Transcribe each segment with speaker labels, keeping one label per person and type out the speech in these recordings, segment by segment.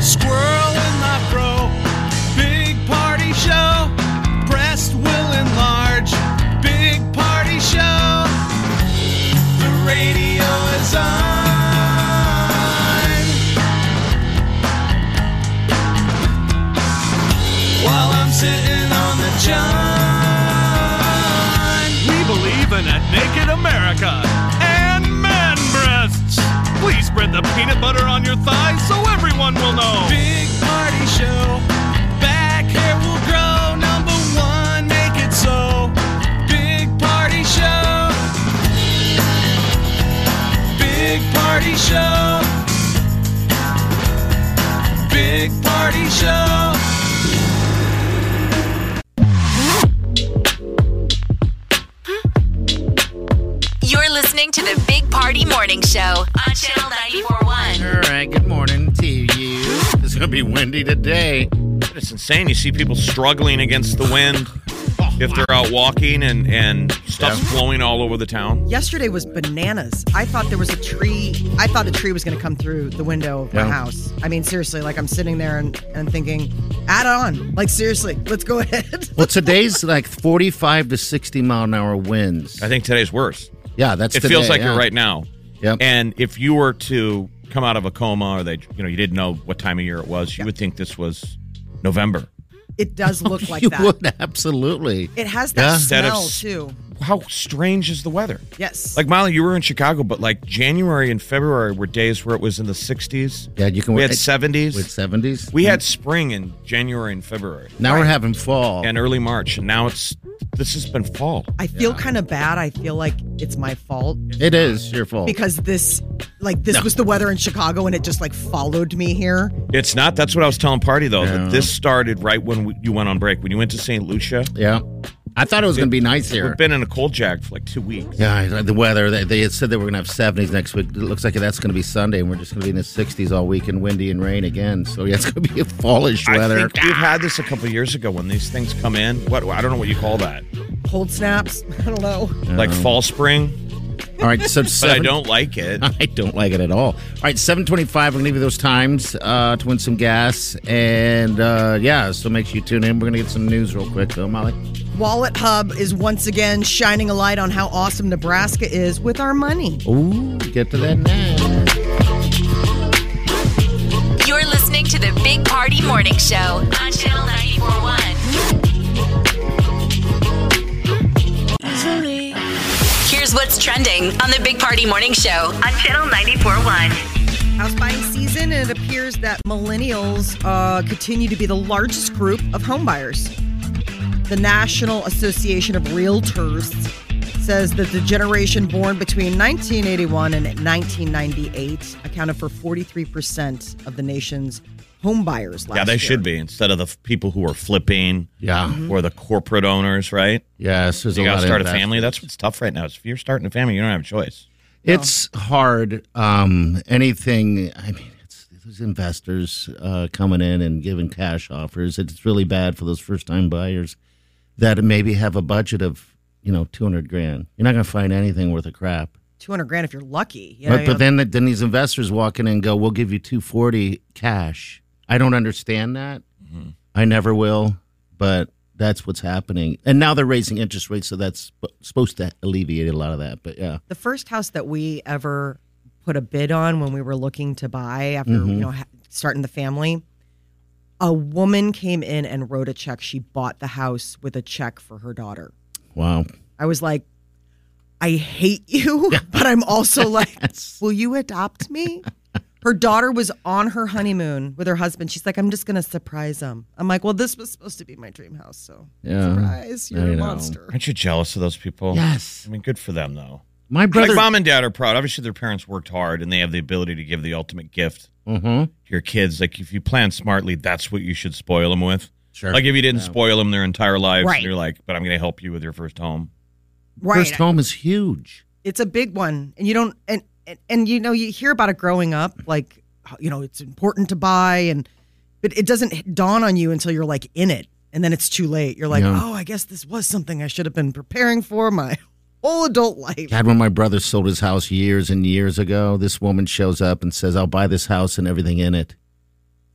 Speaker 1: Squirrel in my fro, big party show. Breast will enlarge, big party show. The radio is on. While I'm sitting on the john.
Speaker 2: We believe in a naked America and man breasts. Please spread the peanut butter on your thighs so everyone will know.
Speaker 1: Big party show. Back hair will grow. Number one, make it so. Big party show. Big party show. Big party show.
Speaker 3: You're listening to the Big Party Morning Show on Channel 941.
Speaker 4: All right, good morning to you. It's going to be windy today.
Speaker 5: It's insane. You see people struggling against the wind if they're out walking and, and stuff's blowing all over the town.
Speaker 6: Yesterday was bananas. I thought there was a tree. I thought a tree was going to come through the window of my
Speaker 4: Yeah.
Speaker 6: house. I mean, seriously, like I'm sitting there and, and thinking, add on. Like, seriously, let's go ahead.
Speaker 4: Well, today's like 45 to 60 mile an hour winds.
Speaker 5: I think today's worse.
Speaker 4: Yeah, that's
Speaker 5: It
Speaker 4: today,
Speaker 5: feels like
Speaker 4: yeah.
Speaker 5: it right now.
Speaker 4: Yep.
Speaker 5: And if you were to come out of a coma or they you know, you didn't know what time of year it was, you would think this was November.
Speaker 6: It does look like
Speaker 4: you
Speaker 6: that.
Speaker 4: would absolutely.
Speaker 6: It has
Speaker 4: Yeah.
Speaker 6: that
Speaker 5: Instead of
Speaker 6: smell,
Speaker 5: s-
Speaker 6: too.
Speaker 5: How strange is the weather?
Speaker 6: Yes.
Speaker 5: Like Molly, you were in Chicago, but like January and February were days where it was in the sixties.
Speaker 4: Yeah, you can.
Speaker 5: We had
Speaker 4: it- Mm.
Speaker 5: seventies.
Speaker 4: With 70s.
Speaker 5: We had spring in January and February
Speaker 4: Now we're having fall.
Speaker 5: and early March, and now it's this has been fall.
Speaker 6: I feel kind of bad. I feel like it's my fault
Speaker 4: it is your fault.
Speaker 6: because this, like, this was the weather in Chicago and it just, like, followed me here.
Speaker 5: It's not. That's what I was telling Party though.
Speaker 4: Yeah.
Speaker 5: That this started right when we, you went on break. When you went to St. Lucia,
Speaker 4: yeah. I thought it was going to be nice here.
Speaker 5: we've been in a cold jack for like two weeks.
Speaker 4: yeah, I- the weather. They, they had said they were going to have 70s next week. It looks like that's going to be Sunday, and we're just going to be in the 60s all week and windy and rain again. So, yeah, it's going to be a fallish
Speaker 5: I
Speaker 4: weather.
Speaker 5: think we've had this a couple years ago when these things come in. What I don't know what you call that,
Speaker 6: Cold snaps. I don't know.
Speaker 5: like fall spring,
Speaker 4: all right, so
Speaker 5: but I
Speaker 4: seven-
Speaker 5: don't like it.
Speaker 4: I don't like it at all. All right, 725. I'm going to leave you those times uh, to win some gas. And uh, yeah, so make sure you tune in. We're going to get some news real quick, though, Molly.
Speaker 6: Wallet Hub is once again shining a light on how awesome Nebraska is with our money.
Speaker 4: Ooh, get to that now.
Speaker 3: You're listening to the Big Party Morning Show on Channel 941. Here's what's trending on the Big Party Morning Show on Channel 941.
Speaker 6: House buying season, and it appears that millennials uh, continue to be the largest group of homebuyers. The National Association of Realtors says that the generation born between 1981 and 1998 accounted for 43% of the nation's homebuyers last year.
Speaker 5: yeah, they should be instead of the f- people who are flipping
Speaker 4: Yeah.
Speaker 5: or the corporate owners, right?
Speaker 4: Yes, there's
Speaker 5: You
Speaker 4: a lot
Speaker 5: gotta start a
Speaker 4: of that.
Speaker 5: family. That's what's tough right now. Is if you're starting a family, you don't have a choice.
Speaker 4: It's hard. Um, anything, I mean, it's there's investors uh, coming in and giving cash offers. It's really bad for those first time buyers that maybe have a budget of, you know, 200 grand. You're not going to find anything worth a crap.
Speaker 6: 200 grand if you're lucky. You know,
Speaker 4: but,
Speaker 6: you
Speaker 4: but
Speaker 6: know,
Speaker 4: then then these investors walk in and go, "We'll give you two forty cash." I don't understand that.
Speaker 5: Mm-hmm.
Speaker 4: I never will, but that's what's happening. And now they're raising interest rates, so that's sp- supposed to alleviate a lot of that. But yeah,
Speaker 6: the first house that we ever put a bid on when we were looking to buy after
Speaker 4: Mm-hmm.
Speaker 6: you know ha- starting the family a woman came in and wrote a check she bought the house with a check for her daughter
Speaker 4: wow,
Speaker 6: i was like i hate you but i'm also like
Speaker 4: that's
Speaker 6: will you adopt me Her daughter was on her honeymoon with her husband. She's like, I'm just going to surprise him. I'm like, well, this was supposed to be my dream house. So,
Speaker 4: Yeah.
Speaker 6: surprise,
Speaker 4: I
Speaker 6: you're a
Speaker 4: know.
Speaker 6: monster.
Speaker 5: Aren't you jealous of those people?
Speaker 4: Yes.
Speaker 5: I mean, good for them though.
Speaker 4: My
Speaker 5: Like
Speaker 4: brother.
Speaker 5: mom and dad are proud. Obviously, their parents worked hard, and they have the ability to give the ultimate gift
Speaker 4: hmm
Speaker 5: to your kids. Like if you plan smartly, that's what you should spoil them with.
Speaker 4: Sure.
Speaker 5: Like if you didn't
Speaker 4: Yeah.
Speaker 5: spoil them their entire lives,
Speaker 6: Right.
Speaker 5: and you're like, but I'm going to help you with your first home.
Speaker 4: First home is huge.
Speaker 6: it's a big one and you don't and, and and you know you hear about it growing up like you know it's important to buy and but it doesn't dawn on you until you're like in it and then it's too late you're like
Speaker 4: Yeah.
Speaker 6: oh i guess this was something i should have been preparing for my whole adult life
Speaker 4: God, when my brother sold his house years and years ago, this woman shows up and says, I'll buy this house and everything in it.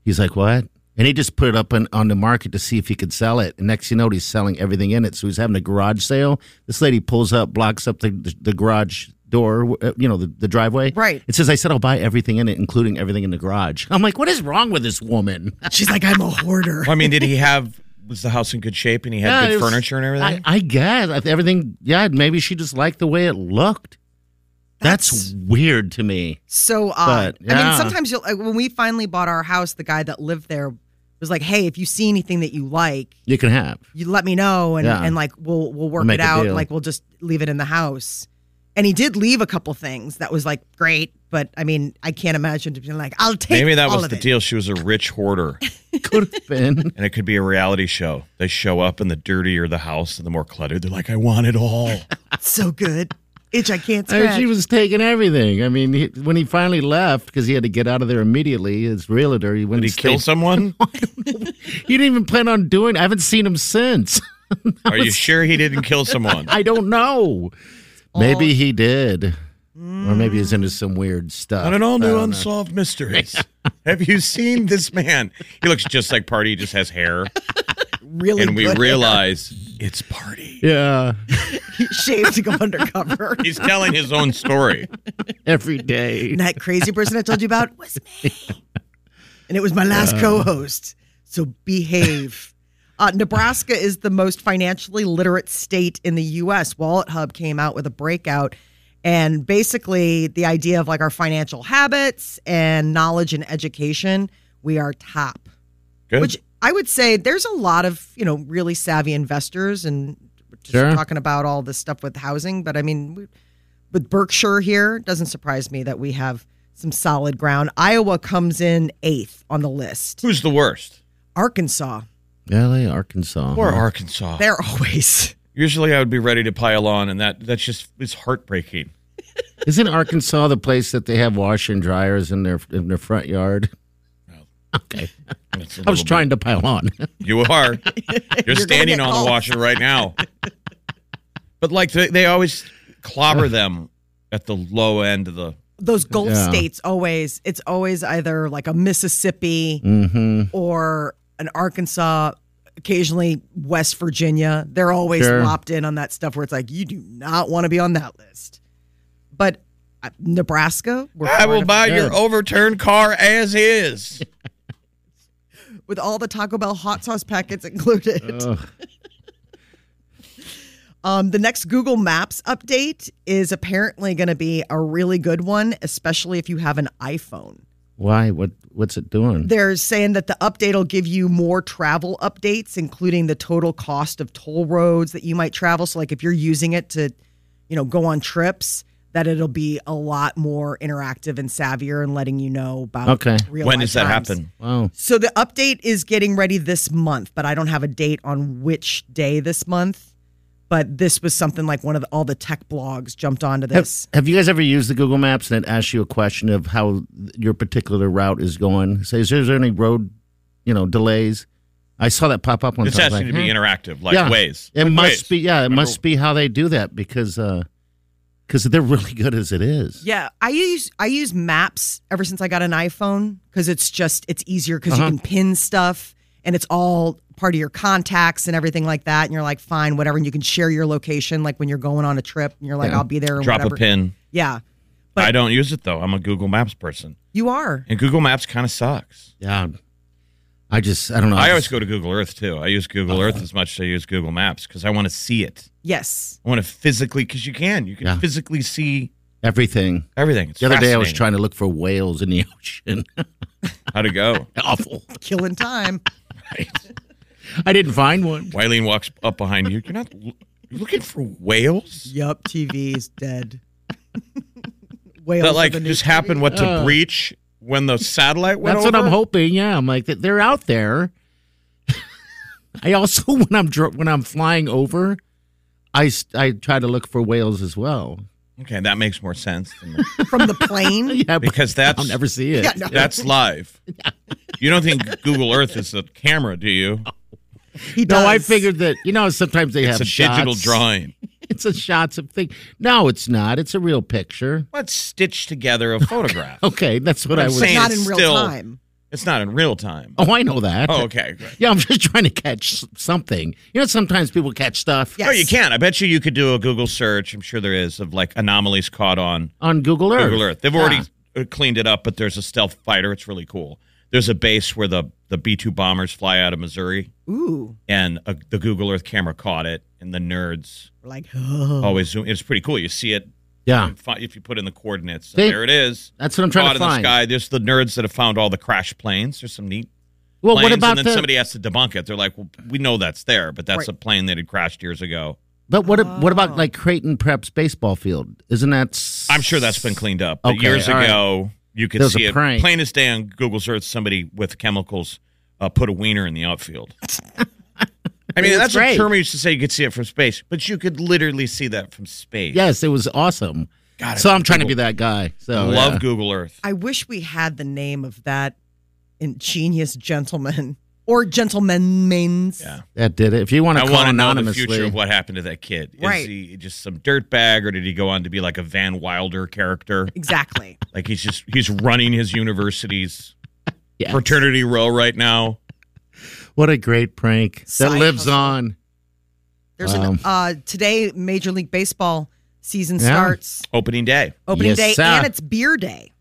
Speaker 4: He's like, What? And he just put it up on, on the market to see if he could sell it. And next you know, he's selling everything in it. So he's having a garage sale. This lady pulls up, blocks up the, the, the garage door, uh, you know, the, the driveway.
Speaker 6: Right.
Speaker 4: It says, I said, I'll buy everything in it, including everything in the garage. I'm like, What is wrong with this woman?
Speaker 6: she's like i'm a hoarder
Speaker 5: Well, I mean, did he have was the house in good shape and he had
Speaker 4: Yeah,
Speaker 5: good
Speaker 4: it was-
Speaker 5: furniture and everything?
Speaker 4: I, I guess I- everything. Yeah, maybe she just liked the way it looked. That's,
Speaker 6: That's-
Speaker 4: weird to me.
Speaker 6: so odd
Speaker 4: But,
Speaker 6: i mean
Speaker 4: yeah.
Speaker 6: sometimes you'll like, when we finally bought our house the guy that lived there was like hey if you see anything that you like
Speaker 4: You can have.
Speaker 6: you let me know and,
Speaker 4: Yeah.
Speaker 6: and like we'll we'll work
Speaker 4: Make
Speaker 6: it
Speaker 4: a
Speaker 6: out
Speaker 4: deal.
Speaker 6: like we'll just leave it in the house and he did leave a couple things that was like great but i mean i can't imagine to be like i'll take
Speaker 5: Maybe that
Speaker 6: all
Speaker 5: was
Speaker 6: of
Speaker 5: the
Speaker 6: it.
Speaker 5: deal. She was a rich hoarder,
Speaker 4: Could have been.
Speaker 5: and it could be a reality show. They show up, and the dirtier the house and the more cluttered, they're like, "I want it all."
Speaker 6: It's so good itch i can't
Speaker 4: I mean,
Speaker 6: scratch
Speaker 4: she was taking everything. I mean, he, when he finally left because he had to get out of there immediately, his realtor, he went
Speaker 5: Did he
Speaker 4: and stayed-
Speaker 5: kill someone?
Speaker 4: He didn't even plan on doing. I haven't seen him since.
Speaker 5: Are you sure he didn't kill someone?
Speaker 4: I don't know. Maybe he did, or maybe he's into some weird stuff.
Speaker 5: On an all new Unsolved Mysteries. Have you seen this man? He looks just like Party, he just has hair.
Speaker 6: really
Speaker 5: And we
Speaker 6: good.
Speaker 5: realize it's Party.
Speaker 4: Yeah,
Speaker 6: He shaved to go undercover
Speaker 5: He's telling his own story.
Speaker 4: every day.
Speaker 6: and that crazy person i told you about was me and it was my last co-host so behave uh, Nebraska is the most financially literate state in the U.S. Wallet Hub came out with a breakout, and basically the idea of like our financial habits and knowledge and education, we are top.
Speaker 5: Good.
Speaker 6: Which I would say there's a lot of you know really savvy investors and just
Speaker 4: Sure.
Speaker 6: talking about all this stuff with housing, but I mean we- with Berkshire here, it doesn't surprise me that we have some solid ground. Iowa comes in eighth on the list.
Speaker 5: Who's the worst?
Speaker 6: Arkansas,
Speaker 4: L.A., Arkansas.
Speaker 5: Or Arkansas.
Speaker 6: they're always.
Speaker 5: Usually I would be ready to pile on, and that that's just it's heartbreaking.
Speaker 4: Isn't Arkansas the place that they have washer and dryers in their in their front yard? Okay,
Speaker 5: It's a
Speaker 4: I was
Speaker 5: little
Speaker 4: trying to pile on.
Speaker 5: bit- You are. You're standing
Speaker 6: get
Speaker 5: on
Speaker 6: called.
Speaker 5: the washer right now. But like they, they always clobber them at the low end of the
Speaker 6: those Gulf
Speaker 4: Yeah.
Speaker 6: states always it's always either like a Mississippi
Speaker 4: mm-hmm.
Speaker 6: or an Arkansas, occasionally West Virginia. They're always
Speaker 4: Sure.
Speaker 6: lopped in on that stuff where it's like you do not want to be on that list. But uh, Nebraska, we're
Speaker 5: I will
Speaker 6: part of-
Speaker 5: buy
Speaker 4: Yeah.
Speaker 5: your overturned car as is.
Speaker 6: with all the Taco Bell hot sauce packets included.
Speaker 4: Uh.
Speaker 6: Um, the next Google Maps update is apparently going to be a really good one, especially if you have an iPhone.
Speaker 4: Why? What? What's it doing?
Speaker 6: They're saying that the update will give you more travel updates, including the total cost of toll roads that you might travel. So, like if you're using it to, you know, go on trips, that it'll be a lot more interactive and savvier and letting you know about.
Speaker 4: Okay.
Speaker 6: Real
Speaker 5: when
Speaker 6: life
Speaker 5: does that
Speaker 6: times.
Speaker 5: happen?
Speaker 4: wow.
Speaker 6: So the update is getting ready this month, but I don't have a date on which day this month. But this was something like one of the, all the tech blogs jumped onto
Speaker 4: Have,
Speaker 6: this.
Speaker 4: have you guys ever used the Google Maps and it asks you a question of how your particular route is going? Say, is there any road, you know, delays? I saw that pop up one
Speaker 5: It's
Speaker 4: time. I was
Speaker 5: asking to
Speaker 4: like,
Speaker 5: be
Speaker 4: huh?
Speaker 5: interactive, like
Speaker 4: yeah.
Speaker 5: ways.
Speaker 4: It
Speaker 5: like
Speaker 4: must
Speaker 5: Waze.
Speaker 4: be. Yeah, it
Speaker 5: Remember-
Speaker 4: must be how they do that because because they're really good as it is.
Speaker 6: Yeah, I use I use maps ever since I got an iPhone because it's just it's easier because
Speaker 4: Uh-huh.
Speaker 6: you can pin stuff and it's all part of your contacts and everything like that. And you're like, fine, whatever, and you can share your location like when you're going on a trip and you're like,
Speaker 4: Yeah.
Speaker 6: I'll be there. Or
Speaker 5: Drop
Speaker 6: whatever.
Speaker 5: a pin.
Speaker 6: Yeah, But-
Speaker 5: I don't use it though. I'm a Google Maps person,
Speaker 6: you are.
Speaker 5: and Google Maps kind of sucks.
Speaker 4: Yeah. I just I don't know.
Speaker 5: I always
Speaker 4: just-
Speaker 5: go to Google Earth too. I use Google
Speaker 4: Uh-huh.
Speaker 5: Earth as much as I use Google Maps because I want to see it.
Speaker 6: Yes,
Speaker 5: I want to physically because you can. You can
Speaker 4: Yeah.
Speaker 5: physically see
Speaker 4: Everything.
Speaker 5: Everything. It's
Speaker 4: The other day I was
Speaker 5: fascinating.
Speaker 4: trying to look for whales in the ocean.
Speaker 5: How'd it go?
Speaker 4: Awful.
Speaker 6: Killing time.
Speaker 4: I didn't find one.
Speaker 5: Wileen walks up behind you. You're not l- you're looking for whales?
Speaker 6: Yup, TV's dead. Whales are
Speaker 5: That like
Speaker 6: the new
Speaker 5: just happened what to
Speaker 4: Uh.
Speaker 5: breach when the satellite went
Speaker 4: That's what
Speaker 5: over?
Speaker 4: I'm hoping. Yeah, I'm like that they're out there. I also when I'm dr- when I'm flying over, I s- I try to look for whales as well.
Speaker 5: Okay, that makes more sense than the-
Speaker 6: from the plane.
Speaker 4: Yeah, but
Speaker 5: because that's
Speaker 4: I'll never see it.
Speaker 6: Yeah, no.
Speaker 5: that's live. You don't think Google Earth is a camera, do you?
Speaker 6: He
Speaker 4: No, I
Speaker 6: does.
Speaker 4: figured that you know sometimes they
Speaker 5: It's
Speaker 4: have
Speaker 5: a digital
Speaker 4: shots.
Speaker 5: drawing.
Speaker 4: It's a shots of thing. No, it's not. It's a real picture.
Speaker 5: Let's stitch together a photograph.
Speaker 4: Okay, that's what
Speaker 5: I'm
Speaker 4: I was.
Speaker 5: saying.
Speaker 6: not
Speaker 5: it's
Speaker 6: in real
Speaker 5: still-
Speaker 6: time.
Speaker 5: It's not in real time.
Speaker 4: Oh, I know that.
Speaker 5: Oh, okay. Great.
Speaker 4: Yeah, I'm just trying to catch s- something. You know, sometimes people catch stuff
Speaker 6: Yeah.
Speaker 5: No, Oh, you
Speaker 6: Yes.
Speaker 5: can. I bet you you could do a Google search. I'm sure there is of like anomalies caught on
Speaker 4: on Google Earth.
Speaker 5: Google Earth. They've already
Speaker 4: Yeah.
Speaker 5: uh cleaned it up, but there's a stealth fighter. It's really cool. There's a base where the the B two bombers fly out of Missouri,
Speaker 6: Ooh,
Speaker 5: and uh the Google Earth camera caught it, and the nerds
Speaker 6: we're like, oh.
Speaker 5: always zoom. It's pretty cool. You see it
Speaker 4: Yeah,
Speaker 5: fi- if you put in the coordinates.
Speaker 4: They-
Speaker 5: there it is.
Speaker 4: that's what I'm trying
Speaker 5: caught
Speaker 4: to
Speaker 5: in
Speaker 4: find.
Speaker 5: the sky. There's the nerds that have found all the crash planes. There's some neat
Speaker 4: well,
Speaker 5: planes,
Speaker 4: what about
Speaker 5: and then
Speaker 4: the?
Speaker 5: somebody has to debunk it. They're like, well, we know that's there, but that's
Speaker 6: Right.
Speaker 5: a plane that had crashed years ago.
Speaker 4: but what? What about
Speaker 6: Oh.
Speaker 4: like Creighton Prep's baseball field? Isn't that? s-
Speaker 5: I'm sure that's been cleaned up. But
Speaker 4: Okay,
Speaker 5: years
Speaker 4: all right.
Speaker 5: ago, you could
Speaker 4: That was
Speaker 5: see
Speaker 4: a
Speaker 5: it
Speaker 4: prank.
Speaker 5: plain as day on Google's Earth. Somebody with chemicals uh, put a wiener in the outfield. I mean,
Speaker 4: It's
Speaker 5: that's
Speaker 4: great.
Speaker 5: a term we used to say you could see it from space, but you could literally see that from space.
Speaker 4: Yes, it was awesome.
Speaker 5: God,
Speaker 4: so
Speaker 5: I
Speaker 4: I'm trying to be
Speaker 5: Google-
Speaker 4: that guy. So
Speaker 5: love
Speaker 4: yeah.
Speaker 5: Google Earth.
Speaker 6: I wish we had the name of that ingenious gentleman or gentleman's.
Speaker 5: Yeah.
Speaker 4: that did it. If you want
Speaker 5: I
Speaker 4: to call
Speaker 5: want to know the
Speaker 4: anonymously,
Speaker 5: future of what happened to that kid. Is
Speaker 6: Right.
Speaker 5: he just some dirtbag, or did he go on to be like a Van Wilder character?
Speaker 6: Exactly.
Speaker 5: Like he's just he's running his university's
Speaker 4: Yes.
Speaker 5: fraternity row right now.
Speaker 4: What a great prank that
Speaker 6: Side
Speaker 4: lives
Speaker 6: hustle.
Speaker 4: on.
Speaker 6: There's
Speaker 4: Wow.
Speaker 6: an uh today Major League Baseball season
Speaker 4: Yeah.
Speaker 6: starts
Speaker 5: Opening day.
Speaker 6: opening
Speaker 4: Yes,
Speaker 6: day
Speaker 4: sir.
Speaker 6: and it's beer day.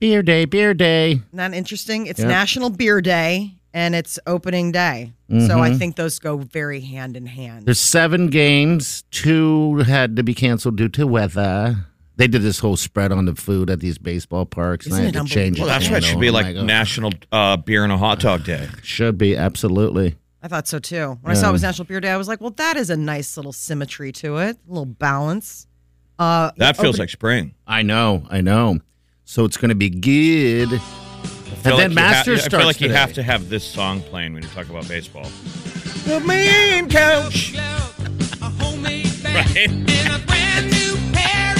Speaker 4: Beer day, beer day.
Speaker 6: Isn't that interesting? It's
Speaker 4: Yeah.
Speaker 6: National Beer Day and it's opening day. So I
Speaker 4: Mhm.
Speaker 6: think those go very hand in hand.
Speaker 4: There's seven games. Two had to be canceled due to weather. They did this whole spread on the food at these baseball parks, and I
Speaker 6: Isn't
Speaker 4: had to
Speaker 6: it
Speaker 4: change it.
Speaker 5: Well, that's why it
Speaker 4: you
Speaker 5: should
Speaker 4: know.
Speaker 5: be
Speaker 4: I'm
Speaker 5: like
Speaker 4: oh,
Speaker 5: National uh, Beer and a Hot Dog Day.
Speaker 4: should be absolutely.
Speaker 6: I thought so too. When I saw it was National Beer Day, I was like, well, that is a nice little symmetry to it, a little balance. Uh,
Speaker 5: That feels
Speaker 6: open-
Speaker 5: like spring.
Speaker 4: I know, I know. So it's going to be good. And
Speaker 5: I feel
Speaker 4: then
Speaker 5: like you ha-
Speaker 4: Masters
Speaker 5: I
Speaker 4: starts
Speaker 5: feel like you
Speaker 4: today.
Speaker 5: have to have this song playing when you talk about baseball. The main coach. Right.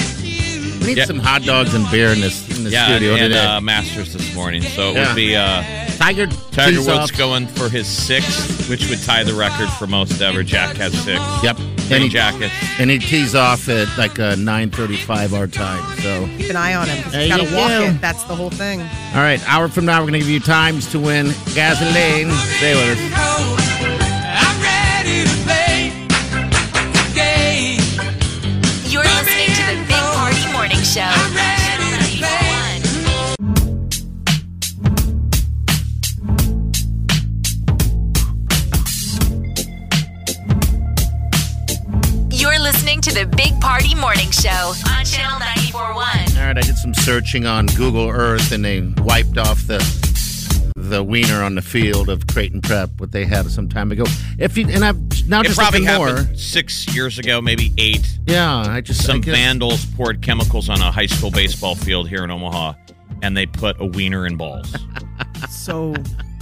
Speaker 4: We need
Speaker 5: Yeah.
Speaker 4: some hot dogs and beer in this in the
Speaker 5: Yeah,
Speaker 4: studio
Speaker 5: and
Speaker 4: today.
Speaker 5: uh, Masters this morning. So it
Speaker 4: Yeah.
Speaker 5: would be uh,
Speaker 4: Tiger,
Speaker 5: Tiger
Speaker 4: tees
Speaker 5: Woods
Speaker 4: off.
Speaker 5: going for his sixth, which would tie the record for most ever. Jack has six.
Speaker 4: Yep, and
Speaker 5: Any
Speaker 4: he,
Speaker 5: jackets.
Speaker 4: and he tees off at like uh, nine thirty-five our time. So.
Speaker 6: Keep an eye on him. 'cause
Speaker 4: There
Speaker 6: He's got
Speaker 4: you
Speaker 6: to walk
Speaker 4: go.
Speaker 6: it. That's the whole thing.
Speaker 4: All right, hour from now, we're going to give you times to win gasoline. Stay with us.
Speaker 3: You're listening to the Big Party Morning Show. Channel 941. You're listening to the Big Party Morning Show on Channel 941.
Speaker 4: All right, I did some searching on Google Earth, and they wiped off the the wiener on the field of Creighton Prep, what they had some time ago. If you and I'm now
Speaker 5: It
Speaker 4: just
Speaker 5: probably
Speaker 4: looking
Speaker 5: happened
Speaker 4: more.
Speaker 5: six years ago, maybe eight.
Speaker 4: Yeah, I just I
Speaker 5: Some
Speaker 4: guess-
Speaker 5: vandals poured chemicals on a high school baseball field here in Omaha, and they put a wiener in balls
Speaker 6: So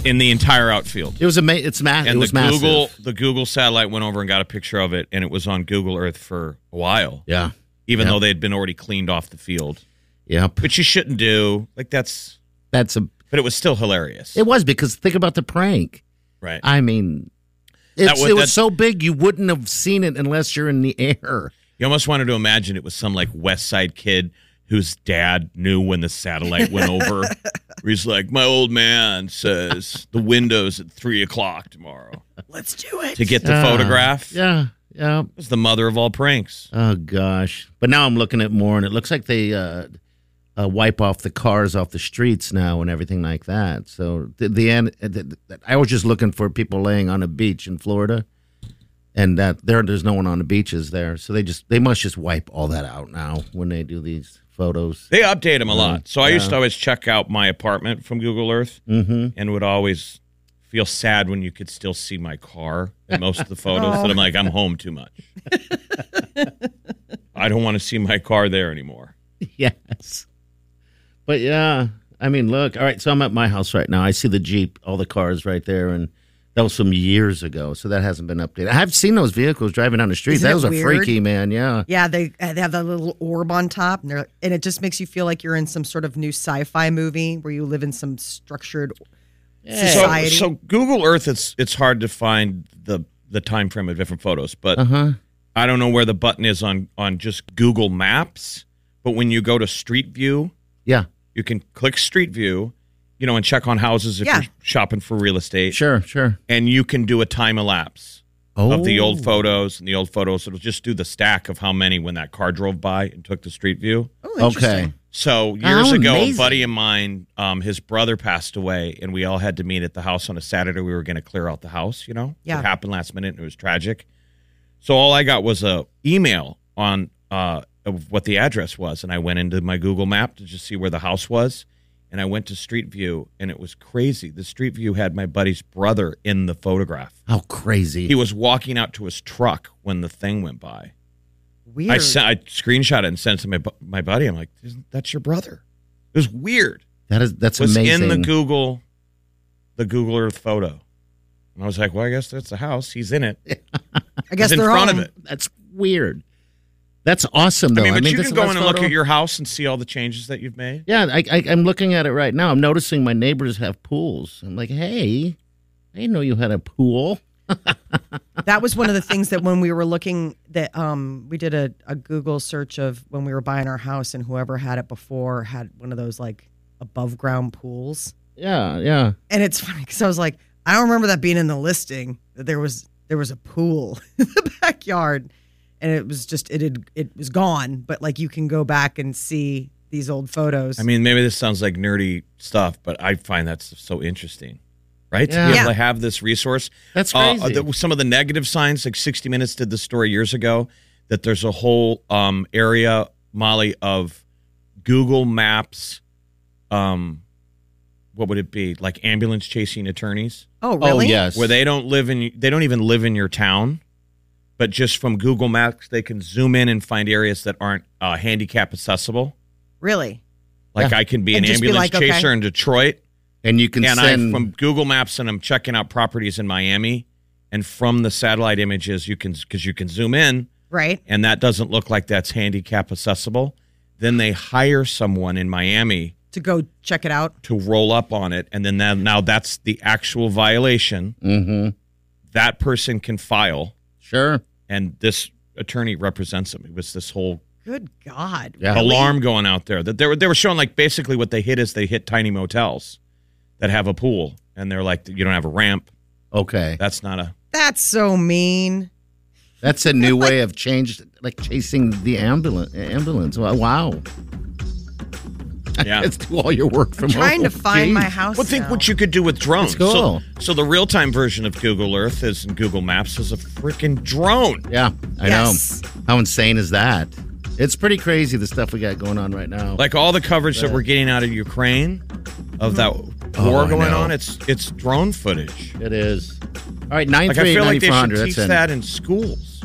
Speaker 5: in the entire outfield.
Speaker 4: It was ama- It's ma- It
Speaker 5: and the
Speaker 4: was massive.
Speaker 5: Google the Google satellite went over and got a picture of it, and it was on Google Earth for a while,
Speaker 4: Yeah.
Speaker 5: even
Speaker 4: Yep.
Speaker 5: though they had been already cleaned off the field,
Speaker 4: Yep.
Speaker 5: which you shouldn't do. Like that's,
Speaker 4: That's a.
Speaker 5: but it was still hilarious,
Speaker 4: It was because think about the prank.
Speaker 5: right?
Speaker 4: I mean, it's,
Speaker 5: was-
Speaker 4: it was
Speaker 5: that-
Speaker 4: so big you wouldn't have seen it unless you're in the air.
Speaker 5: you almost wanted to imagine it was some like West Side kid whose dad knew when the satellite went over. Where He's like, my old man says the windows at three o'clock tomorrow
Speaker 6: let's do it.
Speaker 5: to get the
Speaker 4: Yeah.
Speaker 5: photograph.
Speaker 4: Ah. Yeah. Yeah.
Speaker 5: It was the mother of all pranks.
Speaker 4: Oh gosh! But now I'm looking at more, and it looks like they uh, uh, wipe off the cars off the streets now and everything like that. So the, the end, uh, the, the- I was just looking for people laying on a beach in Florida, and that there there's no one on the beaches there, so they just they must just wipe all that out now when they do these photos.
Speaker 5: They update them a lot. So I used
Speaker 4: Yeah.
Speaker 5: to always check out my apartment from Google Earth
Speaker 4: Mm-hmm.
Speaker 5: and would always feel sad when you could still see my car in most of the photos that I'm like, I'm home too much. I don't want to see my car there anymore.
Speaker 4: Yes. But yeah, I mean, look, all right, so I'm at my house right now. I see the Jeep, all the cars right there, and that was some years ago, so that hasn't been updated. I've seen those vehicles driving down the street.
Speaker 6: Isn't
Speaker 4: that
Speaker 6: it
Speaker 4: was a
Speaker 6: weird?
Speaker 4: freaky man, yeah.
Speaker 6: Yeah, they uh, they have that little orb on top, and they're and it just makes you feel like you're in some sort of new sci-fi movie where you live in some structured
Speaker 5: So,
Speaker 6: society.
Speaker 5: so Google Earth, it's it's hard to find the the time frame of different photos, but
Speaker 4: Uh-huh.
Speaker 5: I don't know where the button is on on just Google Maps. But when you go to Street View,
Speaker 4: Yeah.
Speaker 5: you can click Street View, you know, and check on houses if
Speaker 6: Yeah.
Speaker 5: you're shopping for real estate.
Speaker 4: Sure, sure.
Speaker 5: And you can do a time elapse
Speaker 4: Oh.
Speaker 5: of the old photos and the old photos. It'll just do the stack of how many when that car drove by and took the Street View.
Speaker 6: oh,
Speaker 4: Okay.
Speaker 5: So years
Speaker 4: Oh,
Speaker 5: ago,
Speaker 4: amazing.
Speaker 5: a buddy of mine, um, his brother passed away, and we all had to meet at the house on a Saturday. We were going to clear out the house. You know,
Speaker 6: Yeah.
Speaker 5: it happened last minute, and it was tragic. So all I got was a email on uh, of what the address was, and I went into my Google Map to just see where the house was, and I went to Street View, and it was crazy. The Street View had my buddy's brother in the photograph.
Speaker 4: How crazy.
Speaker 5: He was walking out to his truck when the thing went by.
Speaker 6: Weird.
Speaker 5: I sent, I screenshot it and sent it to my bu- my buddy. I'm like, "Isn't- that's your brother. It was weird.
Speaker 4: that is that's
Speaker 5: It was
Speaker 4: amazing.
Speaker 5: in the Google, the Google Earth photo, and I was like, well, I guess that's the house. He's in it.
Speaker 6: I guess
Speaker 5: He's in
Speaker 6: they're
Speaker 5: front
Speaker 6: home.
Speaker 5: of it.
Speaker 4: that's weird. That's awesome though.
Speaker 5: I mean, but you
Speaker 4: this
Speaker 5: can go in
Speaker 4: last
Speaker 5: and
Speaker 4: photo-
Speaker 5: look at your house and see all the changes that you've made.
Speaker 4: Yeah, I, I, I'm looking at it right now. I'm noticing my neighbors have pools. I'm like, hey, I didn't know you had a pool.
Speaker 6: That was one of the things that when we were looking that um we did a, a Google search of when we were buying our house and whoever had it before had one of those like above ground pools.
Speaker 4: Yeah, yeah.
Speaker 6: And it's funny because I was like, I don't remember that being in the listing that there was there was a pool in the backyard, and it was just it had, it was gone. But like you can go back and see these old photos.
Speaker 5: I mean, maybe this sounds like nerdy stuff, but I find that stuff so interesting, right? To be
Speaker 4: Yeah.
Speaker 5: able to have this resource.
Speaker 4: That's
Speaker 5: Uh,
Speaker 4: crazy.
Speaker 5: the- some of the negative signs, like 60 Minutes did this story years ago, that there's a whole um, area, Molly, of Google Maps. Um, what would it be like? Ambulance chasing attorneys,
Speaker 6: oh really?
Speaker 4: Oh yes.
Speaker 5: where they don't live in, they don't even live in your town, but just from Google Maps, they can zoom in and find areas that aren't uh, handicap accessible.
Speaker 6: really.
Speaker 5: Like
Speaker 4: Yeah.
Speaker 5: I can be
Speaker 6: And
Speaker 5: an
Speaker 6: just be like,
Speaker 5: ambulance
Speaker 6: okay.
Speaker 5: chaser in Detroit,
Speaker 4: and you can
Speaker 5: and I'm
Speaker 4: send
Speaker 5: from Google Maps and I'm checking out properties in Miami. And from the satellite images, you can because you can zoom in,
Speaker 6: Right.
Speaker 5: and that doesn't look like that's handicap accessible. Then they hire someone in Miami
Speaker 6: To go check it out.
Speaker 5: to roll up on it, and then that, now that's the actual violation.
Speaker 4: Mm-hmm.
Speaker 5: That person can file,
Speaker 4: Sure.
Speaker 5: and this attorney represents him. It was this whole
Speaker 6: Good God.
Speaker 4: Yeah.
Speaker 5: alarm going out there that they were they were showing like basically what they hit is they hit tiny motels that have a pool, and they're like you don't have a ramp.
Speaker 4: Okay.
Speaker 5: That's not a
Speaker 6: That's so mean.
Speaker 4: That's a new way of change, like chasing the ambulance. Ambulance. Wow. wow.
Speaker 5: yeah.
Speaker 4: Let's do all your work from
Speaker 6: Trying
Speaker 4: home.
Speaker 6: to find my
Speaker 4: Jeez.
Speaker 6: house.
Speaker 5: Well, think
Speaker 6: now.
Speaker 5: what you could do with drones.
Speaker 4: That's cool.
Speaker 5: So, so the real-time version of Google Earth is in Google Maps is a freaking drone.
Speaker 4: Yeah, I
Speaker 6: Yes.
Speaker 4: know. How insane is that? It's pretty crazy the stuff we got going on right now.
Speaker 5: Like all the coverage that we're getting out of Ukraine, of that
Speaker 4: Oh,
Speaker 5: war
Speaker 4: I
Speaker 5: going
Speaker 4: know.
Speaker 5: on, it's it's drone footage.
Speaker 4: it is. All right, nine
Speaker 5: Like I
Speaker 4: three
Speaker 5: feel
Speaker 4: ninety
Speaker 5: like they
Speaker 4: four
Speaker 5: should
Speaker 4: hundred.
Speaker 5: teach
Speaker 4: That's in.
Speaker 5: that in schools.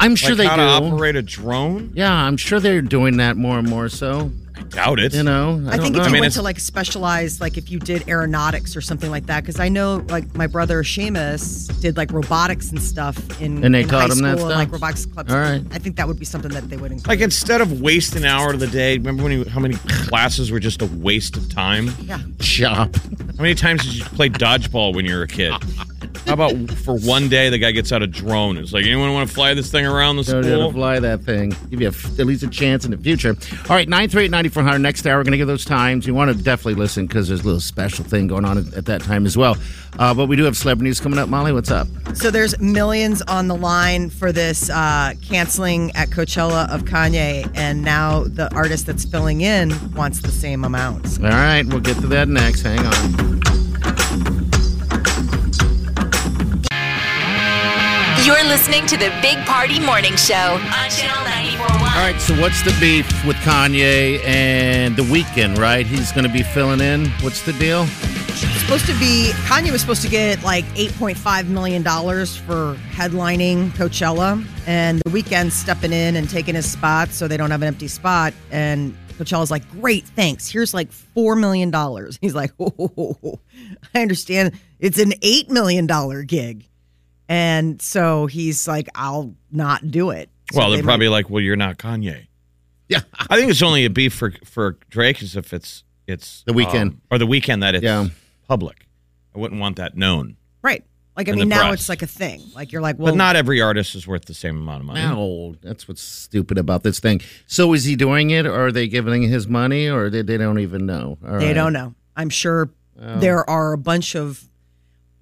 Speaker 4: I'm sure
Speaker 5: like
Speaker 4: they
Speaker 5: how
Speaker 4: do.
Speaker 5: to operate a drone.
Speaker 4: Yeah, I'm sure they're doing that more and more. So
Speaker 5: I doubt it.
Speaker 4: you know, I,
Speaker 6: I,
Speaker 4: don't
Speaker 6: think
Speaker 4: know.
Speaker 6: if you
Speaker 5: I mean,
Speaker 6: went
Speaker 5: it's-
Speaker 6: to like specialized, like if you did aeronautics or something like that, because I know like my brother Seamus did like robotics and stuff in
Speaker 4: And they
Speaker 6: in
Speaker 4: taught
Speaker 6: high
Speaker 4: him
Speaker 6: school
Speaker 4: that
Speaker 6: and,
Speaker 4: stuff?
Speaker 6: like robotics clubs.
Speaker 4: All right.
Speaker 6: I think that would be something that they would include.
Speaker 5: Like instead of wasting an hour of the day, remember when you, how many classes were just a waste of time?
Speaker 6: yeah,
Speaker 4: shop.
Speaker 5: How many times did you play dodgeball when you were a kid? How about for one day the guy gets out a drone? It's like anyone want to fly this thing around the
Speaker 4: Don't know how
Speaker 5: school?
Speaker 4: to fly that thing. Give you a, at least a chance in the future. All right, 938-9400. Next hour, we're going to give those times. You want to definitely listen because there's a little special thing going on at, at that time as well. Uh, but we do have celebrity news coming up. Molly, what's up?
Speaker 6: So there's millions on the line for this uh, canceling at Coachella of Kanye, and now the artist that's filling in wants the same amount.
Speaker 4: All right, we'll get to that next. Hang on.
Speaker 3: You're listening to the Big Party Morning Show on Channel 941.
Speaker 4: All right, so what's the beef with Kanye and The Weeknd, right? He's going to be filling in. What's the deal?
Speaker 6: supposed to be Kanye was supposed to get like 8.5 million dollars for headlining Coachella and the weekend stepping in and taking his spot so they don't have an empty spot and Coachella's like great thanks here's like 4 million dollars he's like oh, I understand it's an 8 million dollar gig and so he's like I'll not do it So
Speaker 5: well, they're
Speaker 6: they
Speaker 5: probably like, well, you're not Kanye.
Speaker 4: Yeah.
Speaker 5: I think it's only a beef for for Drake is if it's it's
Speaker 4: The Weeknd.
Speaker 5: um, or the weekend that it's
Speaker 4: Yeah.
Speaker 5: public. I wouldn't want that known.
Speaker 6: right like I
Speaker 5: in
Speaker 6: mean
Speaker 5: the
Speaker 6: now
Speaker 5: press.
Speaker 6: it's like a thing like you're like well
Speaker 5: but not every artist is worth the same amount of money.
Speaker 4: No, that's what's stupid about this thing. So is he doing it, or are they giving his money, or they, they don't even know? All
Speaker 6: They
Speaker 4: right. Oh.
Speaker 6: don't know. I'm sure there are a bunch of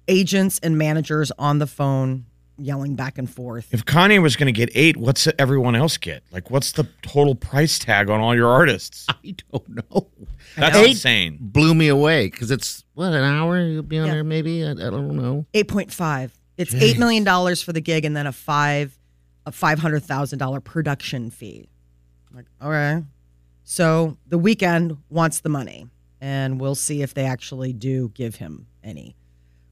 Speaker 6: agents and managers on the phone yelling back and forth.
Speaker 5: If Kanye was going to get eight, what's everyone else get? Like, what's the total price tag on all your artists?
Speaker 4: I don't know.
Speaker 5: That's
Speaker 4: Eight
Speaker 5: insane.
Speaker 4: blew me away because it's what an hour you'll be on
Speaker 6: Yeah.
Speaker 4: there maybe. I, I don't know.
Speaker 6: 8.5. It's $8 million dollars for the gig and then a 5 a $500,000 production fee. I'm like, all right. So, the weekend wants the money and we'll see if they actually do give him any.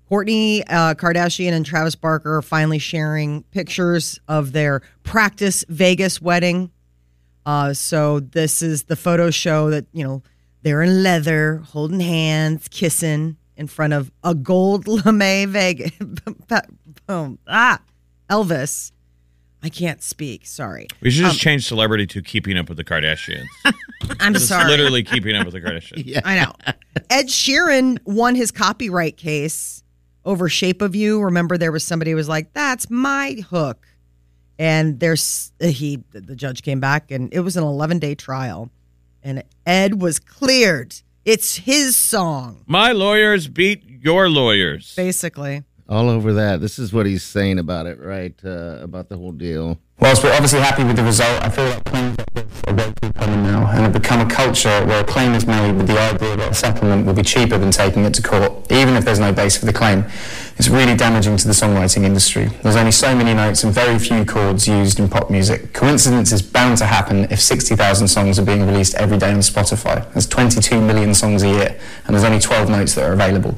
Speaker 6: Courtney uh, Kardashian and Travis Barker are finally sharing pictures of their practice Vegas wedding. Uh, so this is the photo show that you know they're in leather, holding hands, kissing in front of a gold lame Vegas. boom. ah, Elvis. I can't speak. Sorry,
Speaker 5: We should just
Speaker 4: Um,
Speaker 5: change celebrity to keeping up with the Kardashians.
Speaker 6: I'm
Speaker 5: This is
Speaker 6: sorry.
Speaker 5: literally keeping up with the Kardashians.
Speaker 6: I know. Ed Sheeran won his copyright case over Shape of You. Remember, there was somebody who was like, "That's my hook," and there's uh, he. The judge came back, and it was an 11 day trial, and Ed was cleared. It's his song,
Speaker 5: My lawyers beat your lawyers.
Speaker 6: basically.
Speaker 4: All over that. This is what he's saying about it, right? Uh, about the whole deal.
Speaker 7: Whilst we're obviously happy with the result, I feel like claims like this are way too common now and have become a culture where a claim is made with the idea that a settlement will be cheaper than taking it to court, even if there's no base for the claim. It's really damaging to the songwriting industry. There's only so many notes and very few chords used in pop music. Coincidence is bound to happen if 60,000 songs are being released every day on Spotify. There's 22 million songs a year, and there's only 12 notes that are available.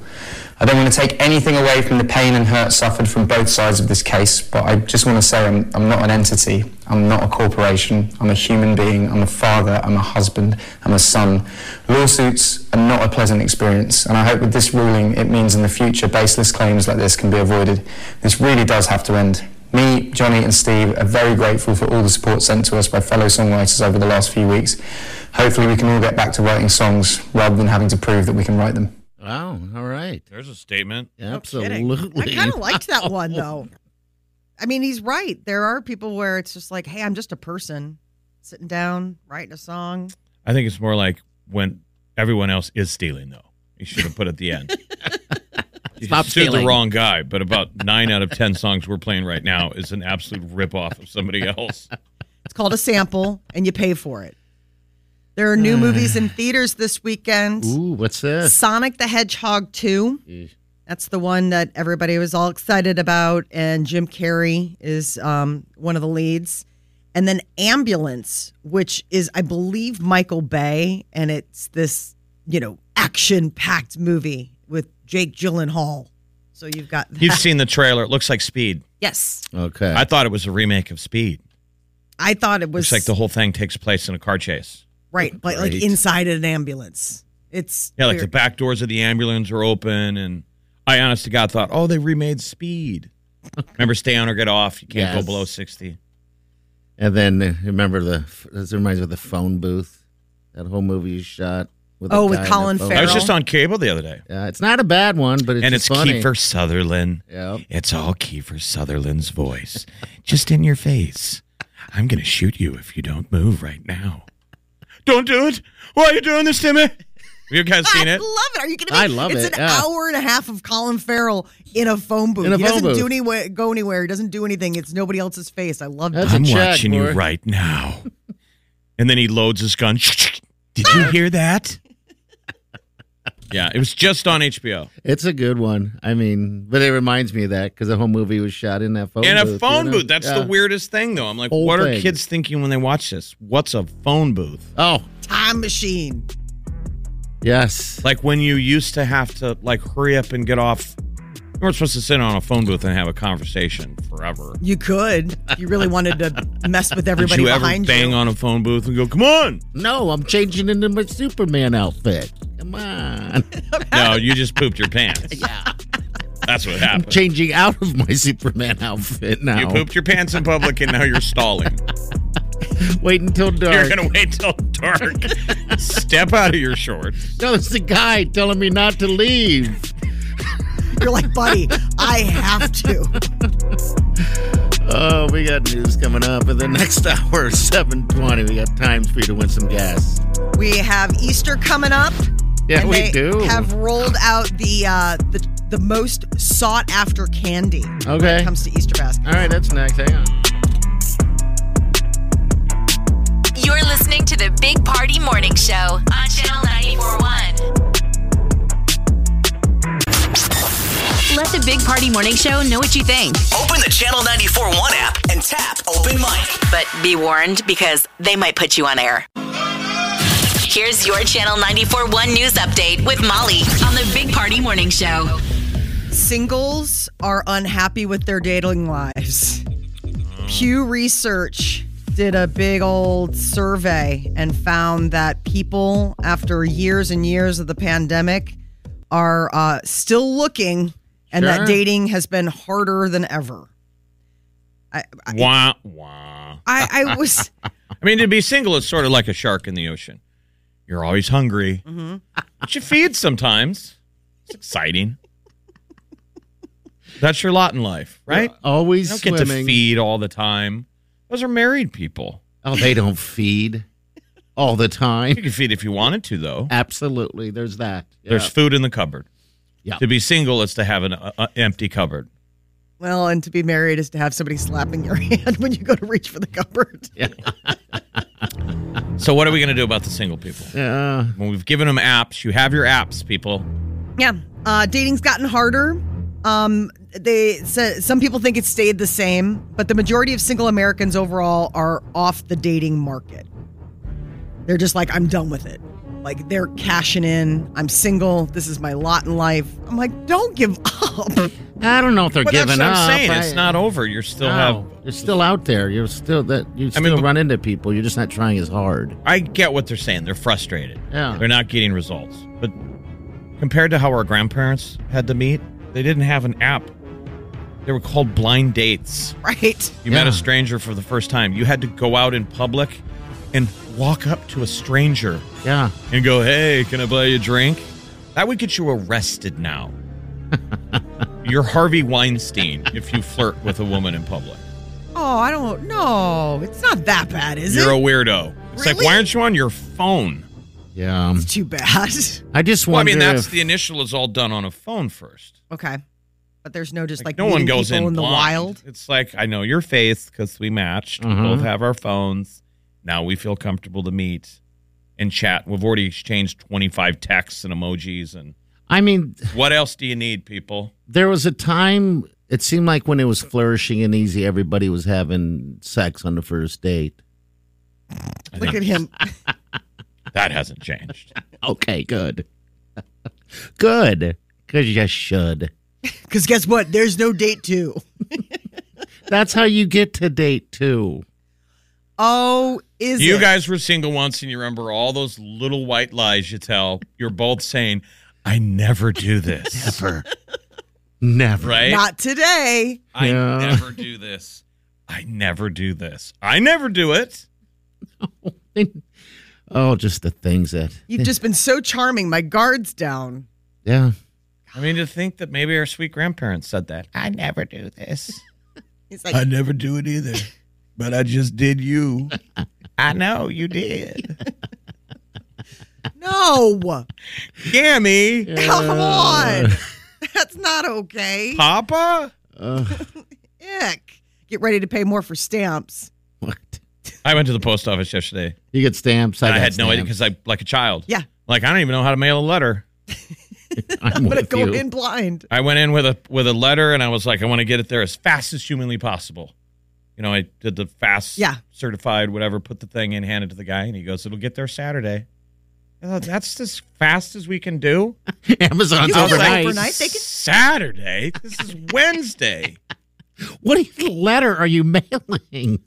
Speaker 7: I don't want to take anything away from the pain and hurt suffered from both sides of this case, but I just want to say I'm, I'm not an entity. I'm not a corporation. I'm a human being. I'm a father. I'm a husband. I'm a son. Lawsuits are not a pleasant experience, and I hope with this ruling it means in the future baseless claims like this can be avoided. This really does have to end. Me, Johnny, and Steve are very grateful for all the support sent to us by fellow songwriters over the last few weeks. Hopefully, we can all get back to writing songs rather than having to prove that we can write them.
Speaker 4: Wow. All right.
Speaker 5: There's a statement.
Speaker 6: Kidding.
Speaker 4: Absolutely.
Speaker 6: I kind of liked that one though. I mean, he's right. There are people where it's just like, "Hey, I'm just a person sitting down writing a song."
Speaker 5: I think it's more like when everyone else is stealing, though. You should have put at the end. You
Speaker 4: Stop
Speaker 5: sued
Speaker 4: stealing.
Speaker 5: the wrong guy, but about nine out of ten songs we're playing right now is an absolute ripoff of somebody else.
Speaker 6: It's called a sample, and you pay for it. There are new movies in theaters this weekend.
Speaker 4: Ooh, what's this?
Speaker 6: Sonic the Hedgehog 2. That's the one that everybody was all excited about. And Jim Carrey is um, one of the leads. And then Ambulance, which is, I believe, Michael Bay. And it's this, you know, action packed movie with Jake Gyllenhaal. So you've got that.
Speaker 5: You've seen the trailer. It looks like Speed.
Speaker 6: yes.
Speaker 4: Okay.
Speaker 5: I thought it was a remake of Speed.
Speaker 6: I thought it was
Speaker 5: Looks like the whole thing takes place in a car chase.
Speaker 6: right, but like
Speaker 4: Great.
Speaker 6: inside an ambulance. It's
Speaker 5: Yeah, like the
Speaker 6: weird.
Speaker 5: back doors of the ambulance are open, and I honest to God thought, oh, they remade Speed. Remember, stay on or get off. You can't
Speaker 4: Yes.
Speaker 5: go below sixty.
Speaker 4: and then uh, remember the. This reminds me of the phone booth. That whole movie you shot. With
Speaker 6: Oh,
Speaker 4: the
Speaker 6: with
Speaker 4: guy in the
Speaker 6: Colin
Speaker 4: phone.
Speaker 5: I was
Speaker 6: Farrell.
Speaker 5: just on cable the other day,
Speaker 4: Yeah, it's not a bad one, but it's
Speaker 5: and it's
Speaker 4: just funny.
Speaker 5: Kiefer Sutherland.
Speaker 4: Yep.
Speaker 5: It's all Kiefer Sutherland's voice, just in your face. I'm going to shoot you if you don't move right now. Don't do it. Why are you doing this to me? Have you guys seen
Speaker 6: I
Speaker 5: it?
Speaker 6: love it. Are you kidding me?
Speaker 4: I love
Speaker 6: it's
Speaker 4: it,
Speaker 6: an
Speaker 4: yeah.
Speaker 6: hour and a half of Colin Farrell in a phone booth.
Speaker 4: In a
Speaker 6: he
Speaker 4: phone
Speaker 6: doesn't do
Speaker 4: booth.
Speaker 6: anywhere, go anywhere. He doesn't do anything. It's nobody else's face. I love
Speaker 4: That's
Speaker 6: it.
Speaker 4: a
Speaker 5: I'm
Speaker 4: check,
Speaker 5: watching
Speaker 4: boy.
Speaker 5: you right now. And then he loads his gun. Did you hear that? Yeah, it was just on HBO.
Speaker 4: It's a good one. I mean, but it reminds me of that because the whole movie was shot in that phone
Speaker 5: And
Speaker 4: booth,
Speaker 5: a
Speaker 4: you
Speaker 5: phone
Speaker 4: know?
Speaker 5: booth. That's
Speaker 4: Yeah.
Speaker 5: the weirdest thing, though. I'm like,
Speaker 4: Whole
Speaker 5: what are
Speaker 4: thing.
Speaker 5: kids thinking when they watch this? What's a phone booth?
Speaker 4: Oh,
Speaker 6: Time machine.
Speaker 4: yes.
Speaker 5: Like when you used to have to like hurry up and get off. You weren't supposed to sit on a phone booth and have a conversation forever.
Speaker 6: You could. You really wanted to mess with
Speaker 5: Did
Speaker 6: everybody
Speaker 5: you ever
Speaker 6: behind
Speaker 5: bang
Speaker 6: you.
Speaker 5: on a phone booth and go, "Come on"?
Speaker 4: No, I'm changing into my Superman outfit. Come on.
Speaker 5: No, you just pooped your pants. yeah, that's what
Speaker 4: I'm
Speaker 5: happened.
Speaker 4: changing out of my Superman outfit now.
Speaker 5: You pooped your pants in public, and now you're stalling.
Speaker 4: Wait until dark.
Speaker 5: You're gonna wait till dark. Step out of your shorts.
Speaker 4: No, it's the guy telling me not to leave.
Speaker 6: You're like, buddy, I have to.
Speaker 4: Oh, we got news coming up in the next hour, 720. We got times for you to win some gas.
Speaker 6: We have Easter coming up.
Speaker 4: Yeah,
Speaker 6: and
Speaker 4: we
Speaker 6: they
Speaker 4: do.
Speaker 6: Have rolled out the uh, the the most sought after candy when
Speaker 4: Okay.
Speaker 6: it comes to Easter baskets.
Speaker 4: All right, that's next. Hang on.
Speaker 3: You're listening to the Big Party Morning Show on Channel 941. Let the Big Party Morning Show know what you think.
Speaker 8: Open the Channel 94.1 app and tap Open Mic.
Speaker 3: But be warned because they might put you on air. Here's your Channel 941 news update with Molly on the Big Party Morning Show.
Speaker 6: Singles are unhappy with their dating lives. Pew Research did a big old survey and found that people, after years and years of the pandemic, are uh, still looking and
Speaker 4: Sure.
Speaker 6: that dating has been harder than ever. I, I,
Speaker 5: Wah wah.
Speaker 6: I, I was.
Speaker 5: I mean, to be single is sort of like a shark in the ocean. You're always hungry,
Speaker 4: Mm-hmm.
Speaker 5: but you feed sometimes. It's exciting. That's your lot in life, right?
Speaker 4: Always
Speaker 5: You don't get to
Speaker 4: swimming.
Speaker 5: feed all the time. Those are married people.
Speaker 4: Oh, they don't feed all the
Speaker 5: You
Speaker 4: time.
Speaker 5: can feed if you wanted to, though.
Speaker 4: Absolutely. There's that. Yeah.
Speaker 5: There's food in the cupboard.
Speaker 4: Yeah.
Speaker 5: To be single is to have an uh, uh, empty cupboard.
Speaker 6: Well, and to be married is to have somebody slapping your hand when you go to reach for the cupboard.
Speaker 5: So what are we going to do about the single people?
Speaker 4: Yeah. Uh,
Speaker 5: When we've given them apps, you have your apps, people.
Speaker 6: Yeah. Uh, dating's gotten harder. Um, they so, some people think it stayed the same, but the majority of single Americans overall are off the dating market. They're just like, I'm done with it. Like they're cashing in. I'm single. This is my lot in life. I'm like, don't give up.
Speaker 4: I don't know if they're
Speaker 5: But that's
Speaker 4: giving
Speaker 5: what
Speaker 4: up.
Speaker 5: I'm saying.
Speaker 4: I-
Speaker 5: It's not over. You're still
Speaker 4: no,
Speaker 5: have
Speaker 4: You're still out there. You're still that. You still
Speaker 5: but-
Speaker 4: run into people. You're just not trying as hard.
Speaker 5: I get what they're saying. They're frustrated.
Speaker 4: Yeah.
Speaker 5: They're not getting results. But compared to how our grandparents had to meet, they didn't have an app. They were called blind dates.
Speaker 6: Right?
Speaker 5: You met
Speaker 4: Yeah.
Speaker 5: a stranger for the first time. You had to go out in public and walk up to a stranger
Speaker 4: Yeah.
Speaker 5: and go, "Hey, can I buy you a drink?" That would get you arrested now. You're Harvey Weinstein if you flirt with a woman in public.
Speaker 6: Oh, I don't know. It's not that bad, is
Speaker 5: You're
Speaker 6: it?
Speaker 5: a weirdo. It's like,
Speaker 6: Really?
Speaker 5: why aren't you on your phone?
Speaker 4: Yeah.
Speaker 6: Too bad.
Speaker 4: I just
Speaker 5: Well, I
Speaker 4: wonder.
Speaker 5: mean, that's
Speaker 4: if,
Speaker 5: the initial is all done on a phone first.
Speaker 6: okay. But there's no just like,
Speaker 5: no one
Speaker 6: meeting
Speaker 5: goes
Speaker 6: people
Speaker 5: in,
Speaker 6: in the
Speaker 5: blind.
Speaker 6: wild.
Speaker 5: It's like I know your face because we matched.
Speaker 4: Mhm.
Speaker 5: We both have our phones. Now we feel comfortable to meet and chat. We've already exchanged 25 texts and emojis. And
Speaker 4: I mean,
Speaker 5: what else do you need, people?
Speaker 4: there was a time. It seemed like when it was flourishing and easy, everybody was having sex on the first date.
Speaker 6: Look at him.
Speaker 5: That hasn't changed.
Speaker 4: Okay, good, good, because you should.
Speaker 6: Because guess what? There's no date two.
Speaker 4: That's how you get to date two.
Speaker 6: Oh, is
Speaker 5: you
Speaker 6: it?
Speaker 5: guys were single once and you remember all those little white lies you tell. You're both saying, I never do this.
Speaker 9: Ever.
Speaker 4: Never.
Speaker 5: Right?
Speaker 6: not today?
Speaker 5: I
Speaker 4: Yeah.
Speaker 5: never do this. I never do this. I never do it.
Speaker 4: Oh, just the things that.
Speaker 6: You've just been so charming. My guard's down.
Speaker 4: Yeah.
Speaker 5: I mean, to think that maybe our sweet grandparents said that. I never do this.
Speaker 6: He's like,
Speaker 5: never do it either. But I just did you. I know you did.
Speaker 6: no,
Speaker 5: Gammy.
Speaker 6: come on, that's not okay.
Speaker 5: Papa?
Speaker 6: Ick. Get ready to pay more for stamps.
Speaker 4: What?
Speaker 5: I went to the post office yesterday.
Speaker 4: You get stamps.
Speaker 5: And I
Speaker 4: got
Speaker 5: had no idea
Speaker 4: stamps.
Speaker 5: because I, like a child,
Speaker 6: Yeah,
Speaker 5: like I don't even know how to mail a letter.
Speaker 4: I'm,
Speaker 6: I'm gonna
Speaker 4: with
Speaker 6: go
Speaker 4: you.
Speaker 6: in blind.
Speaker 5: I went in with a with a letter, and I was like, I want to get it there as fast as humanly possible. You know, I did the fast,
Speaker 6: Yeah.
Speaker 5: certified, whatever. Put the thing in, handed to the guy, and he goes, "It'll get there Saturday." I thought, That's as fast as we can do.
Speaker 4: Amazon's
Speaker 6: You can
Speaker 4: overnight.
Speaker 6: overnight. They can-
Speaker 5: Saturday. This is Wednesday.
Speaker 4: What letter are you mailing?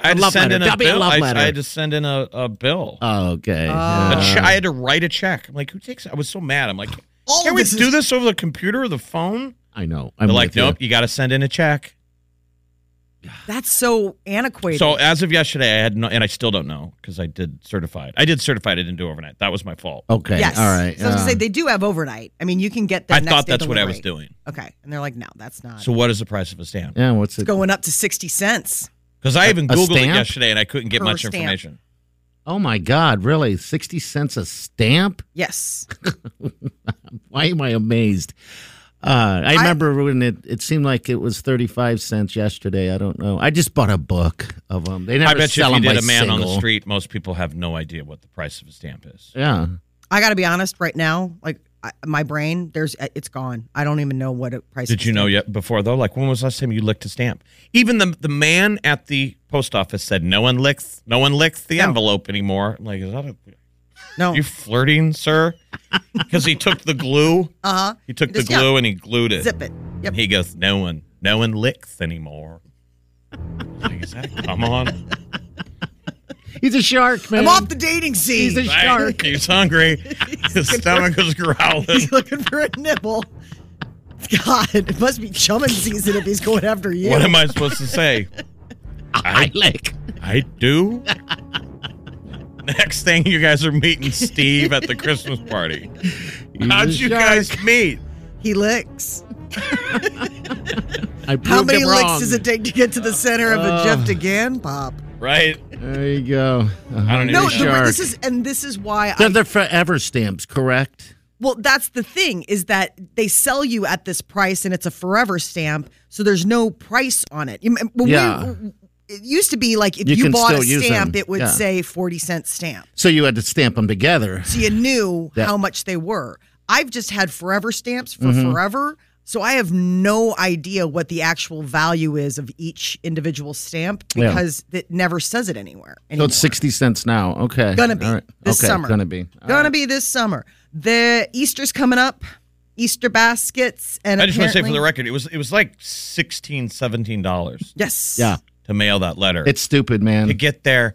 Speaker 5: I had
Speaker 4: A
Speaker 5: to
Speaker 4: love
Speaker 5: send
Speaker 4: letter.
Speaker 5: in a
Speaker 4: That'd be a
Speaker 5: bill.
Speaker 4: love
Speaker 5: I,
Speaker 4: letter.
Speaker 5: I had to send in a, a bill.
Speaker 4: Oh, okay.
Speaker 5: A
Speaker 6: Uh,
Speaker 5: che- I had to write a check. I'm like, who takes? I was so mad. I'm like,
Speaker 6: All
Speaker 5: can
Speaker 6: of
Speaker 5: we
Speaker 6: this
Speaker 5: do
Speaker 6: is-
Speaker 5: this over the computer or the phone?
Speaker 4: I know. I'm
Speaker 5: They're like,
Speaker 4: with you.
Speaker 5: nope. You got to send in a check.
Speaker 6: That's so antiquated.
Speaker 5: So as of yesterday, I had no, and I still don't know because I did certified. I did certified. I didn't do overnight. That was my fault.
Speaker 4: Okay.
Speaker 6: yes.
Speaker 4: All right.
Speaker 6: So I was gonna say
Speaker 4: uh,
Speaker 6: they do have overnight. I mean, you can get that.
Speaker 5: I
Speaker 6: next
Speaker 5: thought
Speaker 6: day
Speaker 5: that's what I was
Speaker 6: delivery.
Speaker 5: doing.
Speaker 6: Okay, and they're like, no, that's not.
Speaker 5: So what is the price of a stamp?
Speaker 4: yeah. What's
Speaker 6: it's
Speaker 4: it?
Speaker 6: going up to sixty cents.
Speaker 5: Because I even
Speaker 4: A
Speaker 5: googled it
Speaker 4: stamp?
Speaker 5: yesterday and I couldn't get
Speaker 6: Per
Speaker 5: much
Speaker 6: stamp.
Speaker 5: information.
Speaker 4: oh my God! Really? Sixty cents a stamp?
Speaker 6: Yes.
Speaker 4: Why am I amazed? Uh, I remember when it, it seemed like it was thirty five cents yesterday. I don't know. I just bought a book of them. They never
Speaker 5: I bet you
Speaker 4: sell
Speaker 5: if you
Speaker 4: 'em
Speaker 5: did
Speaker 4: by
Speaker 5: a man on the
Speaker 4: single.
Speaker 5: street, most people have no idea what the price of a stamp is.
Speaker 4: Yeah.
Speaker 6: I got to be honest right now. Like I, my brain, there's uh, it's gone. I don't even know what it price.
Speaker 5: Did
Speaker 6: is.
Speaker 5: you know yet before though? Like when was the last time you licked a stamp? Even the the man at the post office said no one licks no one licks the
Speaker 6: No.
Speaker 5: envelope anymore. I'm like, is that a
Speaker 6: No.
Speaker 5: are you flirting, sir? Because he took the glue.
Speaker 6: Uh huh.
Speaker 5: He took the
Speaker 6: Just, yeah.
Speaker 5: glue and he glued it.
Speaker 6: Zip it. Yep.
Speaker 5: And he goes, No one, no one licks anymore. Like, is that- Come on.
Speaker 4: He's a shark, man.
Speaker 6: I'm off the dating scene.
Speaker 4: He's a shark.
Speaker 5: He's hungry. His stomach is growling.
Speaker 6: He's looking for a nibble. God, it must be chumming season if he's going after you.
Speaker 5: What am I supposed to say?
Speaker 4: I like.
Speaker 5: I do. Next thing, you guys are meeting Steve at the Christmas party.
Speaker 4: He's
Speaker 5: How'd
Speaker 4: a
Speaker 5: you
Speaker 4: shark.
Speaker 5: guys meet?
Speaker 6: he licks.
Speaker 4: I
Speaker 6: How
Speaker 4: proved
Speaker 6: many
Speaker 4: him
Speaker 6: licks
Speaker 4: wrong.
Speaker 6: does it take to get to the center of a Jeff DeGan pop?
Speaker 5: Right?
Speaker 4: There you go.
Speaker 5: I don't
Speaker 4: know.
Speaker 6: No,
Speaker 5: even
Speaker 6: the,
Speaker 4: shark.
Speaker 6: this is and this is why
Speaker 4: They're
Speaker 6: I
Speaker 4: the forever stamps, correct?
Speaker 6: Well, that's the thing is that they sell you at this price and it's a forever stamp, so there's no price on it. You- When
Speaker 4: Yeah.
Speaker 6: we, it used to be like if
Speaker 4: You
Speaker 6: you,
Speaker 4: can
Speaker 6: bought a
Speaker 4: still use
Speaker 6: stamp,
Speaker 4: them.
Speaker 6: it would
Speaker 4: Yeah.
Speaker 6: say 40 cent stamp.
Speaker 4: So you had to stamp them together.
Speaker 6: So you knew
Speaker 4: That-
Speaker 6: how much they were. I've just had forever stamps for
Speaker 4: Mm-hmm.
Speaker 6: forever, so I have no idea what the actual value is of each individual stamp
Speaker 4: Yeah.
Speaker 6: because it never says it anywhere.
Speaker 4: So
Speaker 6: anymore.
Speaker 4: it's 60 cents now. Okay.
Speaker 6: Gonna be
Speaker 4: All right.
Speaker 6: this
Speaker 4: okay.
Speaker 6: summer.
Speaker 4: Gonna be. All
Speaker 6: Gonna
Speaker 4: right.
Speaker 6: be this summer. The Easter's coming up. Easter baskets and
Speaker 5: I just want to say for
Speaker 6: apparently-
Speaker 5: the record, it was it was like 16 dollars
Speaker 6: Yes.
Speaker 4: Yeah.
Speaker 5: to mail that letter.
Speaker 4: It's stupid, man.
Speaker 5: to get there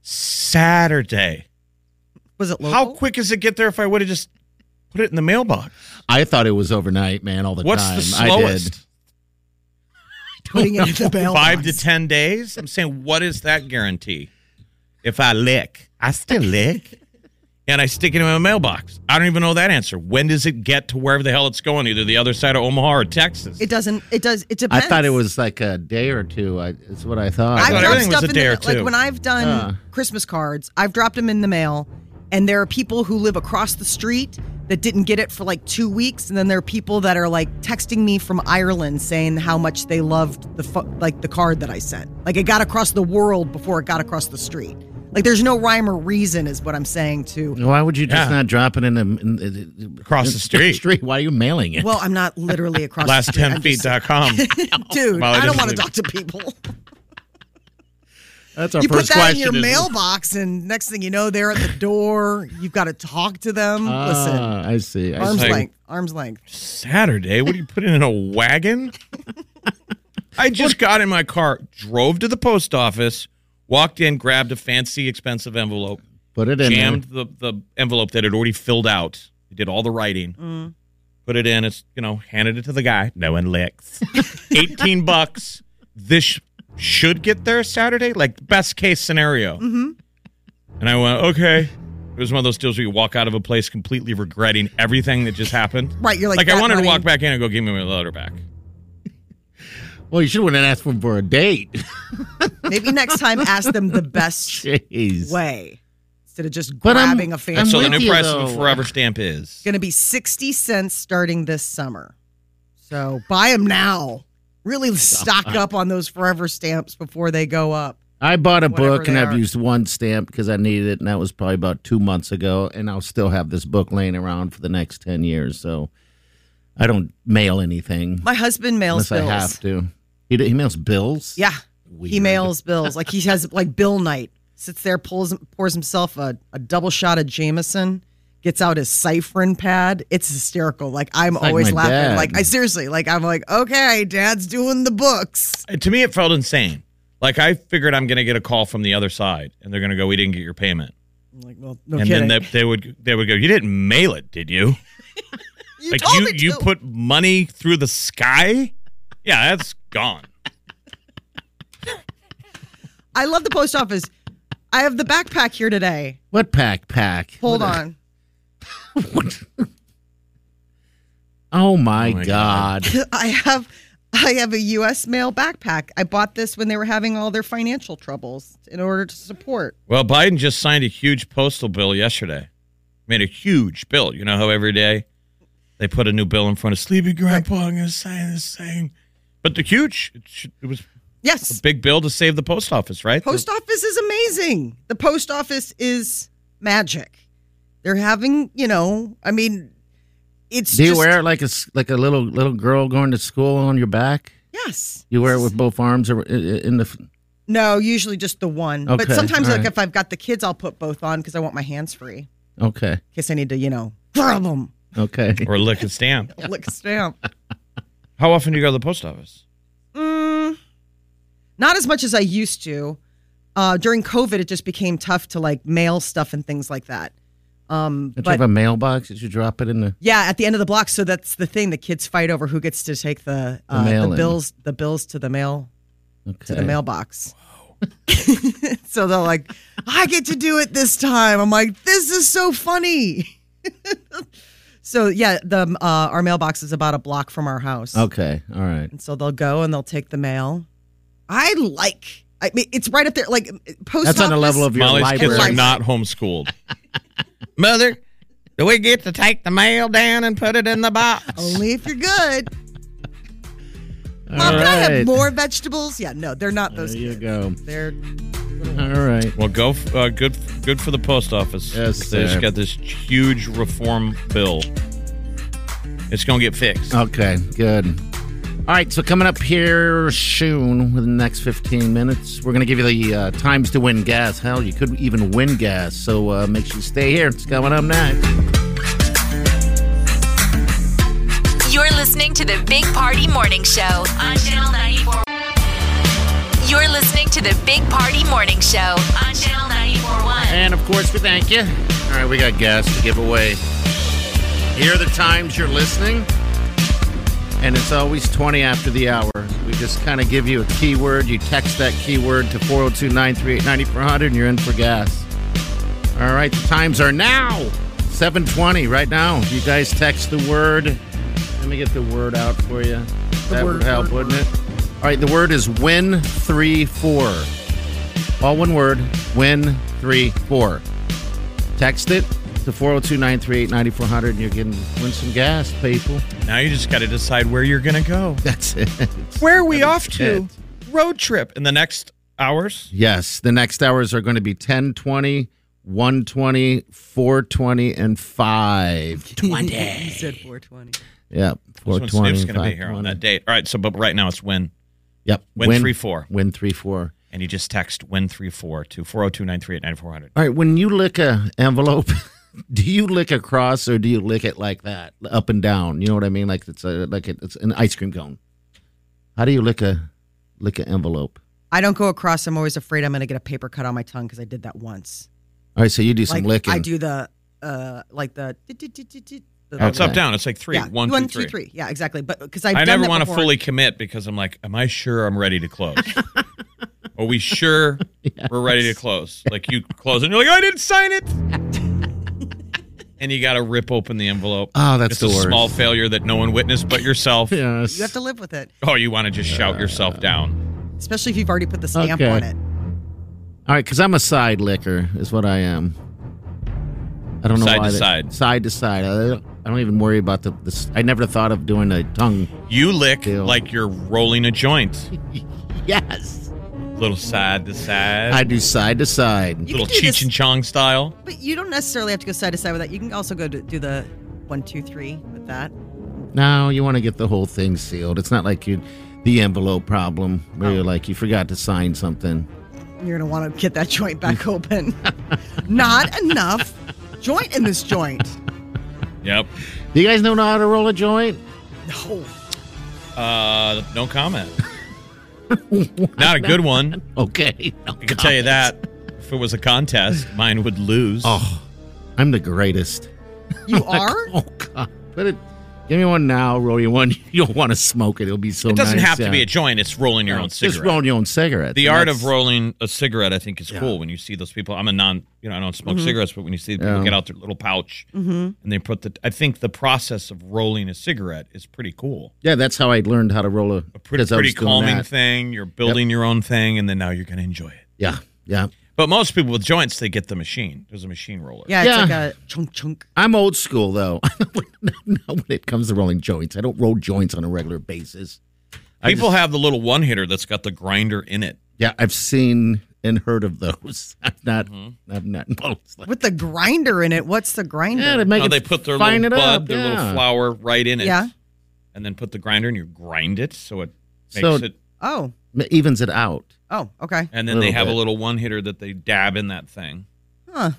Speaker 5: Saturday.
Speaker 6: Was it local?
Speaker 5: How quick does it get there if I would have just put it in the mailbox?
Speaker 4: I thought it was overnight, man, all the
Speaker 5: What's
Speaker 4: time.
Speaker 5: the
Speaker 4: I did.
Speaker 5: slowest?
Speaker 6: Putting it in the mailbox.
Speaker 5: Five to ten days? I'm saying, what is that guarantee? If I lick, I still lick. And I stick it in my mailbox. I don't even know that answer. When does it get to wherever the hell it's going, either the other side of Omaha or Texas?
Speaker 6: It doesn't. It does. It
Speaker 4: I
Speaker 6: depends.
Speaker 4: thought it was like a day or two. I, it's what I thought.
Speaker 6: I've
Speaker 5: thought
Speaker 6: dropped
Speaker 5: everything was
Speaker 6: stuff
Speaker 5: a
Speaker 6: in
Speaker 5: day
Speaker 6: the,
Speaker 5: or
Speaker 6: like
Speaker 5: two.
Speaker 6: when I've done
Speaker 4: Uh.
Speaker 6: Christmas cards, I've dropped them in the mail, and there are people who live across the street that didn't get it for like two weeks, and then there are people that are like texting me from Ireland saying how much they loved the fu- like the card that I sent. Like it got across the world before it got across the street. Like there's no rhyme or reason, is what I'm saying to
Speaker 4: Why would you just
Speaker 5: Yeah.
Speaker 4: not drop it in the in, in-
Speaker 5: Across the street.
Speaker 4: street? Why are you mailing it?
Speaker 6: Well, I'm not literally across the street. I'm just-
Speaker 5: Last10feet.com.
Speaker 6: Dude,
Speaker 5: Molly
Speaker 6: I don't
Speaker 5: doesn't
Speaker 6: want to
Speaker 5: leave.
Speaker 6: talk to people.
Speaker 4: that's our
Speaker 6: you put
Speaker 4: first
Speaker 6: that
Speaker 4: question.
Speaker 6: in your
Speaker 4: isn't it?
Speaker 6: mailbox, and next thing you know, they're at the door. You've got to talk to them. Listen,
Speaker 4: Ah, I see. I
Speaker 6: arms
Speaker 4: see.
Speaker 5: like-
Speaker 6: length, arms length.
Speaker 5: Saturday? What do you put it in a wagon? I just got in my car, drove to the post office, walked in, grabbed a fancy, expensive envelope,
Speaker 4: Put it in.
Speaker 5: jammed the, the envelope that had already filled out. I did all the writing,
Speaker 4: Mm.
Speaker 5: put it in. It's you know handed it to the guy. No one licks. Eighteen bucks. This sh- should get there Saturday. Like best case scenario.
Speaker 4: Mm-hmm.
Speaker 5: And I went okay. It was one of those deals where you walk out of a place completely regretting everything that just happened.
Speaker 6: Right, you're like,
Speaker 5: like
Speaker 6: that
Speaker 5: I wanted
Speaker 6: money-
Speaker 5: to walk back in and go give me my letter back.
Speaker 4: There. Well, you should have asked him for a date.
Speaker 6: Maybe next time, ask them the best
Speaker 4: Jeez.
Speaker 6: way instead of just
Speaker 4: But I'm-
Speaker 6: grabbing a
Speaker 4: I'm
Speaker 5: so
Speaker 6: fancy.
Speaker 5: the
Speaker 4: with
Speaker 5: new
Speaker 4: you,
Speaker 5: price of
Speaker 4: though.
Speaker 5: a forever stamp is
Speaker 6: It's going to be sixty cents starting this summer. So buy them now. Really stock up on those forever stamps before they go up.
Speaker 4: I bought a
Speaker 6: Whatever
Speaker 4: book and
Speaker 6: they
Speaker 4: I've
Speaker 6: are.
Speaker 4: used one stamp because I needed it, and that was probably about two months ago. And I'll still have this book laying around for the next ten years. So I don't mail anything
Speaker 6: My husband mails
Speaker 4: unless I
Speaker 6: bills.
Speaker 4: have to. He, he mails bills.
Speaker 6: Yeah. He
Speaker 4: Weird.
Speaker 6: mails bills. Like he has like bill night. Sits there, pulls pours himself a, a double shot of Jameson, gets out his ciphering pad. It's hysterical. Like I'm
Speaker 4: like
Speaker 6: always
Speaker 4: my
Speaker 6: laughing.
Speaker 4: dad.
Speaker 6: Like I seriously, like I'm like, okay, dad's doing the books.
Speaker 5: Uh, To me, it felt insane. Like I figured I'm going to get a call from the other side, and they're going to go, "We didn't get your payment,"
Speaker 6: I'm like, well, no
Speaker 5: and
Speaker 6: kidding.
Speaker 5: then they, they would they would go, "You didn't mail it, did you?
Speaker 6: you
Speaker 5: like
Speaker 6: told
Speaker 5: you
Speaker 6: me
Speaker 5: you
Speaker 6: to.
Speaker 5: put money through the sky? Yeah, that's gone."
Speaker 6: I love the post office. I have the backpack here today.
Speaker 4: What pack? Pack.
Speaker 6: Hold
Speaker 4: What a-
Speaker 6: on.
Speaker 4: Oh my,
Speaker 5: Oh my
Speaker 4: god.
Speaker 5: God.
Speaker 6: I have I have a US mail backpack. I bought this when they were having all their financial troubles in order to support.
Speaker 5: Well, Biden just signed a huge postal bill yesterday. Made a huge bill. You know how every day they put a new bill in front of Sleepy Grandpa. I'm going to sign this thing. But the huge, it, should, it was a
Speaker 6: Yes.
Speaker 5: big bill to save the post office, right?
Speaker 6: Post office is amazing. The post office is magic. They're having, you know, I mean, it's
Speaker 4: Do you
Speaker 6: just,
Speaker 4: wear it like a s- like a little little girl going to school on your back?
Speaker 6: Yes.
Speaker 4: You wear it with both arms or i- i- in the. f-
Speaker 6: No, usually just the one. but
Speaker 4: Okay,
Speaker 6: sometimes,
Speaker 4: all
Speaker 6: like
Speaker 4: right.
Speaker 6: if I've got the kids, I'll put both on because I want my hands free. In
Speaker 4: Okay.
Speaker 6: case I need to, you know, grab them.
Speaker 4: Okay.
Speaker 5: or lick and stamp.
Speaker 6: Lick a stamp.
Speaker 5: How often do you go to the post office?
Speaker 6: Mm, not as much as I used to. Uh, during COVID, it just became tough to like mail stuff and things like that. Um,
Speaker 4: Don't you have
Speaker 6: but
Speaker 4: a mailbox that you drop it in the?
Speaker 6: yeah, at the end of the block, so that's the thing. The kids fight over who gets to take the, uh, the,
Speaker 4: mail-in.
Speaker 6: bills, the bills to the mail
Speaker 4: Okay.
Speaker 6: to the mailbox. so they're like, I get to do it this time. I'm like, this is so funny. so yeah, the uh, our mailbox is about a block from our house.
Speaker 4: Okay. All right.
Speaker 6: And so they'll go and they'll take the mail. I like. I mean, it's right up there. Like post.
Speaker 4: That's on the
Speaker 6: office-
Speaker 4: level of your
Speaker 5: Molly's
Speaker 4: library.
Speaker 5: kids are not homeschooled. Mother, do we get to take the mail down and put it in the box?
Speaker 6: only if you're good.
Speaker 4: All
Speaker 6: Mom, can I
Speaker 4: right.
Speaker 6: have more vegetables? Yeah, no, they're not
Speaker 4: There
Speaker 6: those.
Speaker 4: you
Speaker 6: kids.
Speaker 4: go.
Speaker 6: They're
Speaker 4: All right.
Speaker 5: Well, go f- uh, good. Good for the post office.
Speaker 4: Yes, sir.
Speaker 5: they just got this huge reform bill. It's gonna get fixed.
Speaker 4: Okay. Good. All right. So coming up here soon, within the next 15 minutes, we're going to give you the uh, times to win gas. Hell, you could even win gas. So uh, make sure you stay here. It's coming up next.
Speaker 3: You're listening to the Big Party Morning Show on Channel 94. You're listening to the Big Party Morning Show on Channel 94.1.
Speaker 4: And of course, we thank you. All right, we got gas to give away. Here are the times you're listening, and it's always 20 after the hour. We just kind of give you a keyword. You text that keyword to 402 938 9400, and you're in for gas. All right, the times are now 720 right now. You guys text the word. Let me get the word out for you. that
Speaker 6: word,
Speaker 4: would help,
Speaker 6: word,
Speaker 4: wouldn't it? All right, the word is win three four. All one word, win three four. Text it to 402 938 9400 and you're getting win some gas, people.
Speaker 5: Now you just got to decide where you're gonna go.
Speaker 4: That's it.
Speaker 5: Where are we off
Speaker 4: to?
Speaker 5: Road trip in the next hours.
Speaker 4: Yes, the next hours are going to be 1020, 120, 420, and 520.
Speaker 6: he said 420.
Speaker 4: yep,
Speaker 5: That's when Snoop's
Speaker 4: 420.
Speaker 5: gonna be here on
Speaker 4: 520.
Speaker 5: that date. All right. So, but right now it's win,
Speaker 4: Yep.
Speaker 5: Win 3-4.
Speaker 4: Win 3 4.
Speaker 5: and you just text win three four to four zero two nine three eight nine four hundred.
Speaker 4: All right, when you lick a envelope, do you lick across or do you lick it like that, up and down? You know what I mean? Like it's a, like it, it's an ice cream cone. How do you lick a lick an envelope?
Speaker 6: I don't go across. I'm always afraid I'm going to get a paper cut on my tongue because I did that once.
Speaker 4: All right, so you do some
Speaker 6: like
Speaker 4: licking.
Speaker 6: I do the uh, like the. di- di- di- di- di- the-
Speaker 5: Oh, it's up
Speaker 4: Okay.
Speaker 5: down. It's like three.
Speaker 6: Yeah,
Speaker 5: One, two,
Speaker 6: one,
Speaker 5: three.
Speaker 6: two, three. Yeah, exactly. But because I've
Speaker 5: I
Speaker 6: done
Speaker 5: never
Speaker 6: that
Speaker 5: want to
Speaker 6: before.
Speaker 5: fully commit because I'm like, am I sure I'm ready to close? Are we sure we're ready to close? Like you close and you're like, I didn't sign it. and you got to rip open the envelope.
Speaker 4: Oh, that's
Speaker 5: it's
Speaker 4: the
Speaker 5: a
Speaker 4: worst.
Speaker 5: small failure that no one witnessed but yourself.
Speaker 4: Yes.
Speaker 6: You have to live with it,
Speaker 5: Oh, you want to just shout yourself down.
Speaker 6: especially if you've already put the stamp
Speaker 4: Okay.
Speaker 6: on it.
Speaker 4: All right, because I'm a side licker, is what I am. I don't know
Speaker 5: Side
Speaker 4: why.
Speaker 5: to
Speaker 4: that-
Speaker 5: side.
Speaker 4: Side to side. I don't, I don't even worry about the. This, I never thought of doing a tongue.
Speaker 5: You lick
Speaker 4: Deal.
Speaker 5: like you're rolling a joint.
Speaker 4: Yes.
Speaker 5: little side to side,
Speaker 4: I do side to side.
Speaker 6: You
Speaker 5: little
Speaker 6: can do
Speaker 5: Cheech
Speaker 6: this,
Speaker 5: and Chong style.
Speaker 6: but you don't necessarily have to go side to side with that. You can also go to do the one, two, three with that.
Speaker 4: No, you want to get the whole thing sealed. It's not like you the envelope problem where
Speaker 5: Oh.
Speaker 4: you're like you forgot to sign something.
Speaker 6: You're gonna want to get that joint back open. Not enough joint in this joint.
Speaker 5: Yep.
Speaker 4: Do you guys know how to roll a joint?
Speaker 6: No.
Speaker 5: Uh, no comment. Not a good one.
Speaker 4: Okay. Oh, No
Speaker 5: I can tell you that. If it was a contest, mine would lose.
Speaker 4: Oh, I'm the greatest.
Speaker 6: You are?
Speaker 4: Oh God! Put it. Give me one now. Roll you one. You don't want to smoke it. It'll be so.
Speaker 5: it doesn't
Speaker 4: nice,
Speaker 5: have to
Speaker 4: yeah.
Speaker 5: be a joint. It's rolling your
Speaker 4: No,
Speaker 5: own cigarette.
Speaker 4: Just roll your own cigarette.
Speaker 5: the
Speaker 4: And
Speaker 5: art of
Speaker 4: that's-
Speaker 5: rolling a cigarette, I think, is
Speaker 4: Yeah. Mm-hmm.
Speaker 5: cool. When you see those people, I'm a non, you know, I don't smoke cigarettes, but when you see people
Speaker 4: Yeah.
Speaker 5: get out their little pouch and they put the, I think the process of rolling a cigarette is pretty cool.
Speaker 4: Yeah, that's how I learned how to roll a,
Speaker 5: A pretty,
Speaker 4: 'cause I was
Speaker 5: pretty
Speaker 4: doing
Speaker 5: calming
Speaker 4: that.
Speaker 5: thing. You're building your own thing, and then now you're going to enjoy it.
Speaker 4: Yeah, yeah.
Speaker 5: But most people with joints, they get the machine. There's a machine roller.
Speaker 6: Yeah, it's
Speaker 4: Yeah.
Speaker 6: like a chunk chunk.
Speaker 4: I'm old school though. Not when it comes to rolling joints. I don't roll joints on a regular basis. I
Speaker 5: People
Speaker 4: just-
Speaker 5: have the little one hitter that's got the grinder in it.
Speaker 4: Yeah, I've seen and heard of those. I'm not.
Speaker 5: Mm-hmm.
Speaker 4: I'm not. Well, it's like-
Speaker 6: With the grinder in it. What's the grinder?
Speaker 4: yeah, to make
Speaker 5: No,
Speaker 4: it
Speaker 5: they put their
Speaker 4: fine
Speaker 5: little
Speaker 4: it
Speaker 5: bud,
Speaker 4: up.
Speaker 5: their
Speaker 4: yeah.
Speaker 5: little flour right in it.
Speaker 6: Yeah.
Speaker 5: And then put the grinder and you grind it so it makes
Speaker 4: So-
Speaker 5: it.
Speaker 6: oh.
Speaker 4: It evens it out.
Speaker 6: Oh, okay.
Speaker 5: And then they
Speaker 4: Little
Speaker 5: have a
Speaker 4: bit.
Speaker 5: little one hitter that they dab in that thing.
Speaker 6: Huh.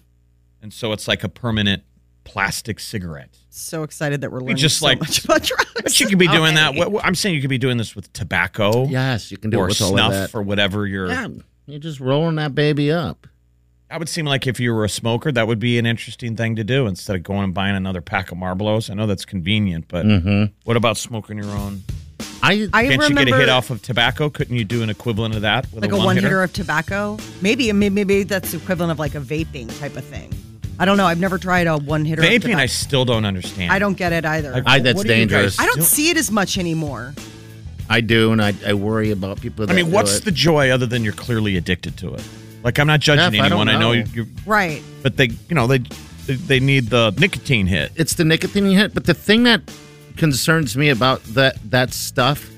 Speaker 5: And so it's like a permanent plastic cigarette.
Speaker 6: So excited that we're learning
Speaker 5: just
Speaker 6: so
Speaker 5: like-
Speaker 6: much about drugs.
Speaker 5: But you could be doing that.
Speaker 4: Okay.
Speaker 5: What, what- I'm saying you could be doing this with tobacco
Speaker 4: Yes, you can do it
Speaker 5: or
Speaker 4: with all of that.
Speaker 5: snuff or whatever you're.
Speaker 4: yeah, you're just rolling that baby up.
Speaker 5: That would seem like if you were a smoker, that would be an interesting thing to do instead of going and buying another pack of Marlboros. I know that's convenient, but
Speaker 4: Mm-hmm.
Speaker 5: what about smoking your own?
Speaker 4: I
Speaker 6: I
Speaker 5: Can't
Speaker 6: remember
Speaker 5: you get a hit off of tobacco? Couldn't you do an equivalent of that with
Speaker 6: like a one hitter of tobacco. Maybe, maybe maybe that's the equivalent of like a vaping type of thing. I don't know. I've never tried a one hitter. of
Speaker 5: Vaping,
Speaker 6: tobacco.
Speaker 5: I still don't understand.
Speaker 6: I don't get it either.
Speaker 4: I- that's
Speaker 5: What do you guys
Speaker 4: dangerous.
Speaker 6: I don't
Speaker 5: do?
Speaker 6: see it as much anymore.
Speaker 4: I do, and I, I worry about people. That
Speaker 5: I mean,
Speaker 4: do
Speaker 5: what's
Speaker 4: it.
Speaker 5: the joy other than you're clearly addicted to it? Like, I'm not judging
Speaker 4: Jeff, I don't
Speaker 5: anyone. I know,
Speaker 4: know.
Speaker 5: you,
Speaker 6: Right.
Speaker 5: but they, you know, they, they they need the nicotine hit.
Speaker 4: It's the nicotine hit, but the thing that concerns me about that that stuff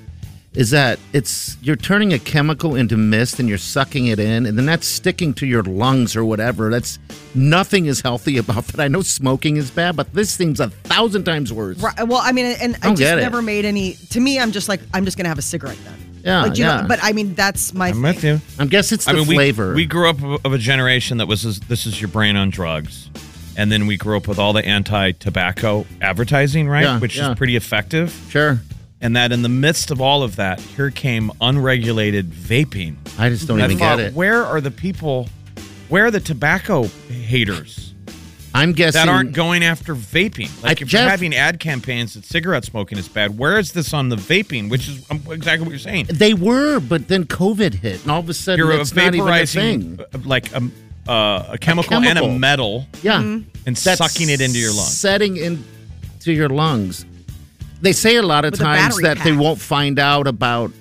Speaker 4: is that it's you're turning a chemical into mist and you're sucking it in, and then that's sticking to your lungs or whatever. That's nothing is healthy about that. I know smoking is bad, but this thing's a thousand times worse.
Speaker 6: Right. Well, I mean, and I
Speaker 4: Don't
Speaker 6: just
Speaker 4: get it.
Speaker 6: never made any. To me, I'm just like, I'm just gonna have a cigarette then.
Speaker 4: Yeah,
Speaker 6: Like, you know,
Speaker 4: yeah.
Speaker 6: but I mean, that's my.
Speaker 5: I'm
Speaker 6: thing.
Speaker 5: with you.
Speaker 4: I guess it's the
Speaker 5: I mean, we-
Speaker 4: flavor.
Speaker 5: We, grew up of- of a generation that was this, this is your brain on drugs, and then we grew up with all the anti-tobacco advertising, right?
Speaker 4: Yeah,
Speaker 5: Which
Speaker 4: yeah.
Speaker 5: is pretty effective.
Speaker 4: sure.
Speaker 5: And that in the midst of all of that, here came unregulated vaping.
Speaker 4: I just don't
Speaker 5: And I
Speaker 4: even
Speaker 5: thought,
Speaker 4: get it.
Speaker 5: Where are the people? Where are the tobacco haters?
Speaker 4: I'm guessing
Speaker 5: that aren't going after vaping. Like
Speaker 4: I-
Speaker 5: if
Speaker 4: Jeff-
Speaker 5: you're having ad campaigns that cigarette smoking is bad, where is this on the vaping? Which is um, exactly what you're saying.
Speaker 4: they were, but then COVID hit, and all of a sudden
Speaker 5: You're uh,
Speaker 4: it's not even a thing.
Speaker 5: vaporizing uh, like um, uh, a, chemical and a
Speaker 4: chemical.
Speaker 5: metal
Speaker 4: Yeah.
Speaker 5: and
Speaker 4: That's
Speaker 5: sucking it into your lungs.
Speaker 4: Setting into your lungs. They say a lot of
Speaker 6: With a
Speaker 4: times
Speaker 6: battery
Speaker 4: that they
Speaker 6: pack.
Speaker 4: won't find out about,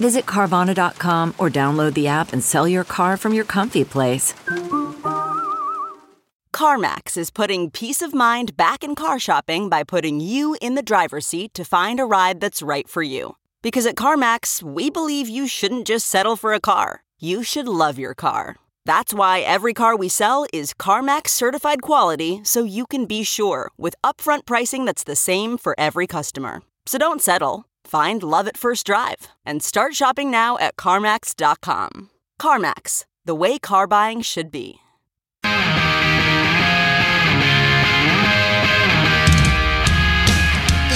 Speaker 10: Visit Carvana.com or download the app and sell your car from your comfy place.
Speaker 11: CarMax is putting peace of mind back in car shopping by putting you in the driver's seat to find a ride that's right for you. Because at CarMax, we believe you shouldn't just settle for a car, you should love your car. That's why every car we sell is CarMax certified quality so you can be sure with upfront pricing that's the same for every customer. So don't settle. Find love at first drive and start shopping now at CarMax.com. CarMax, the way car buying should be.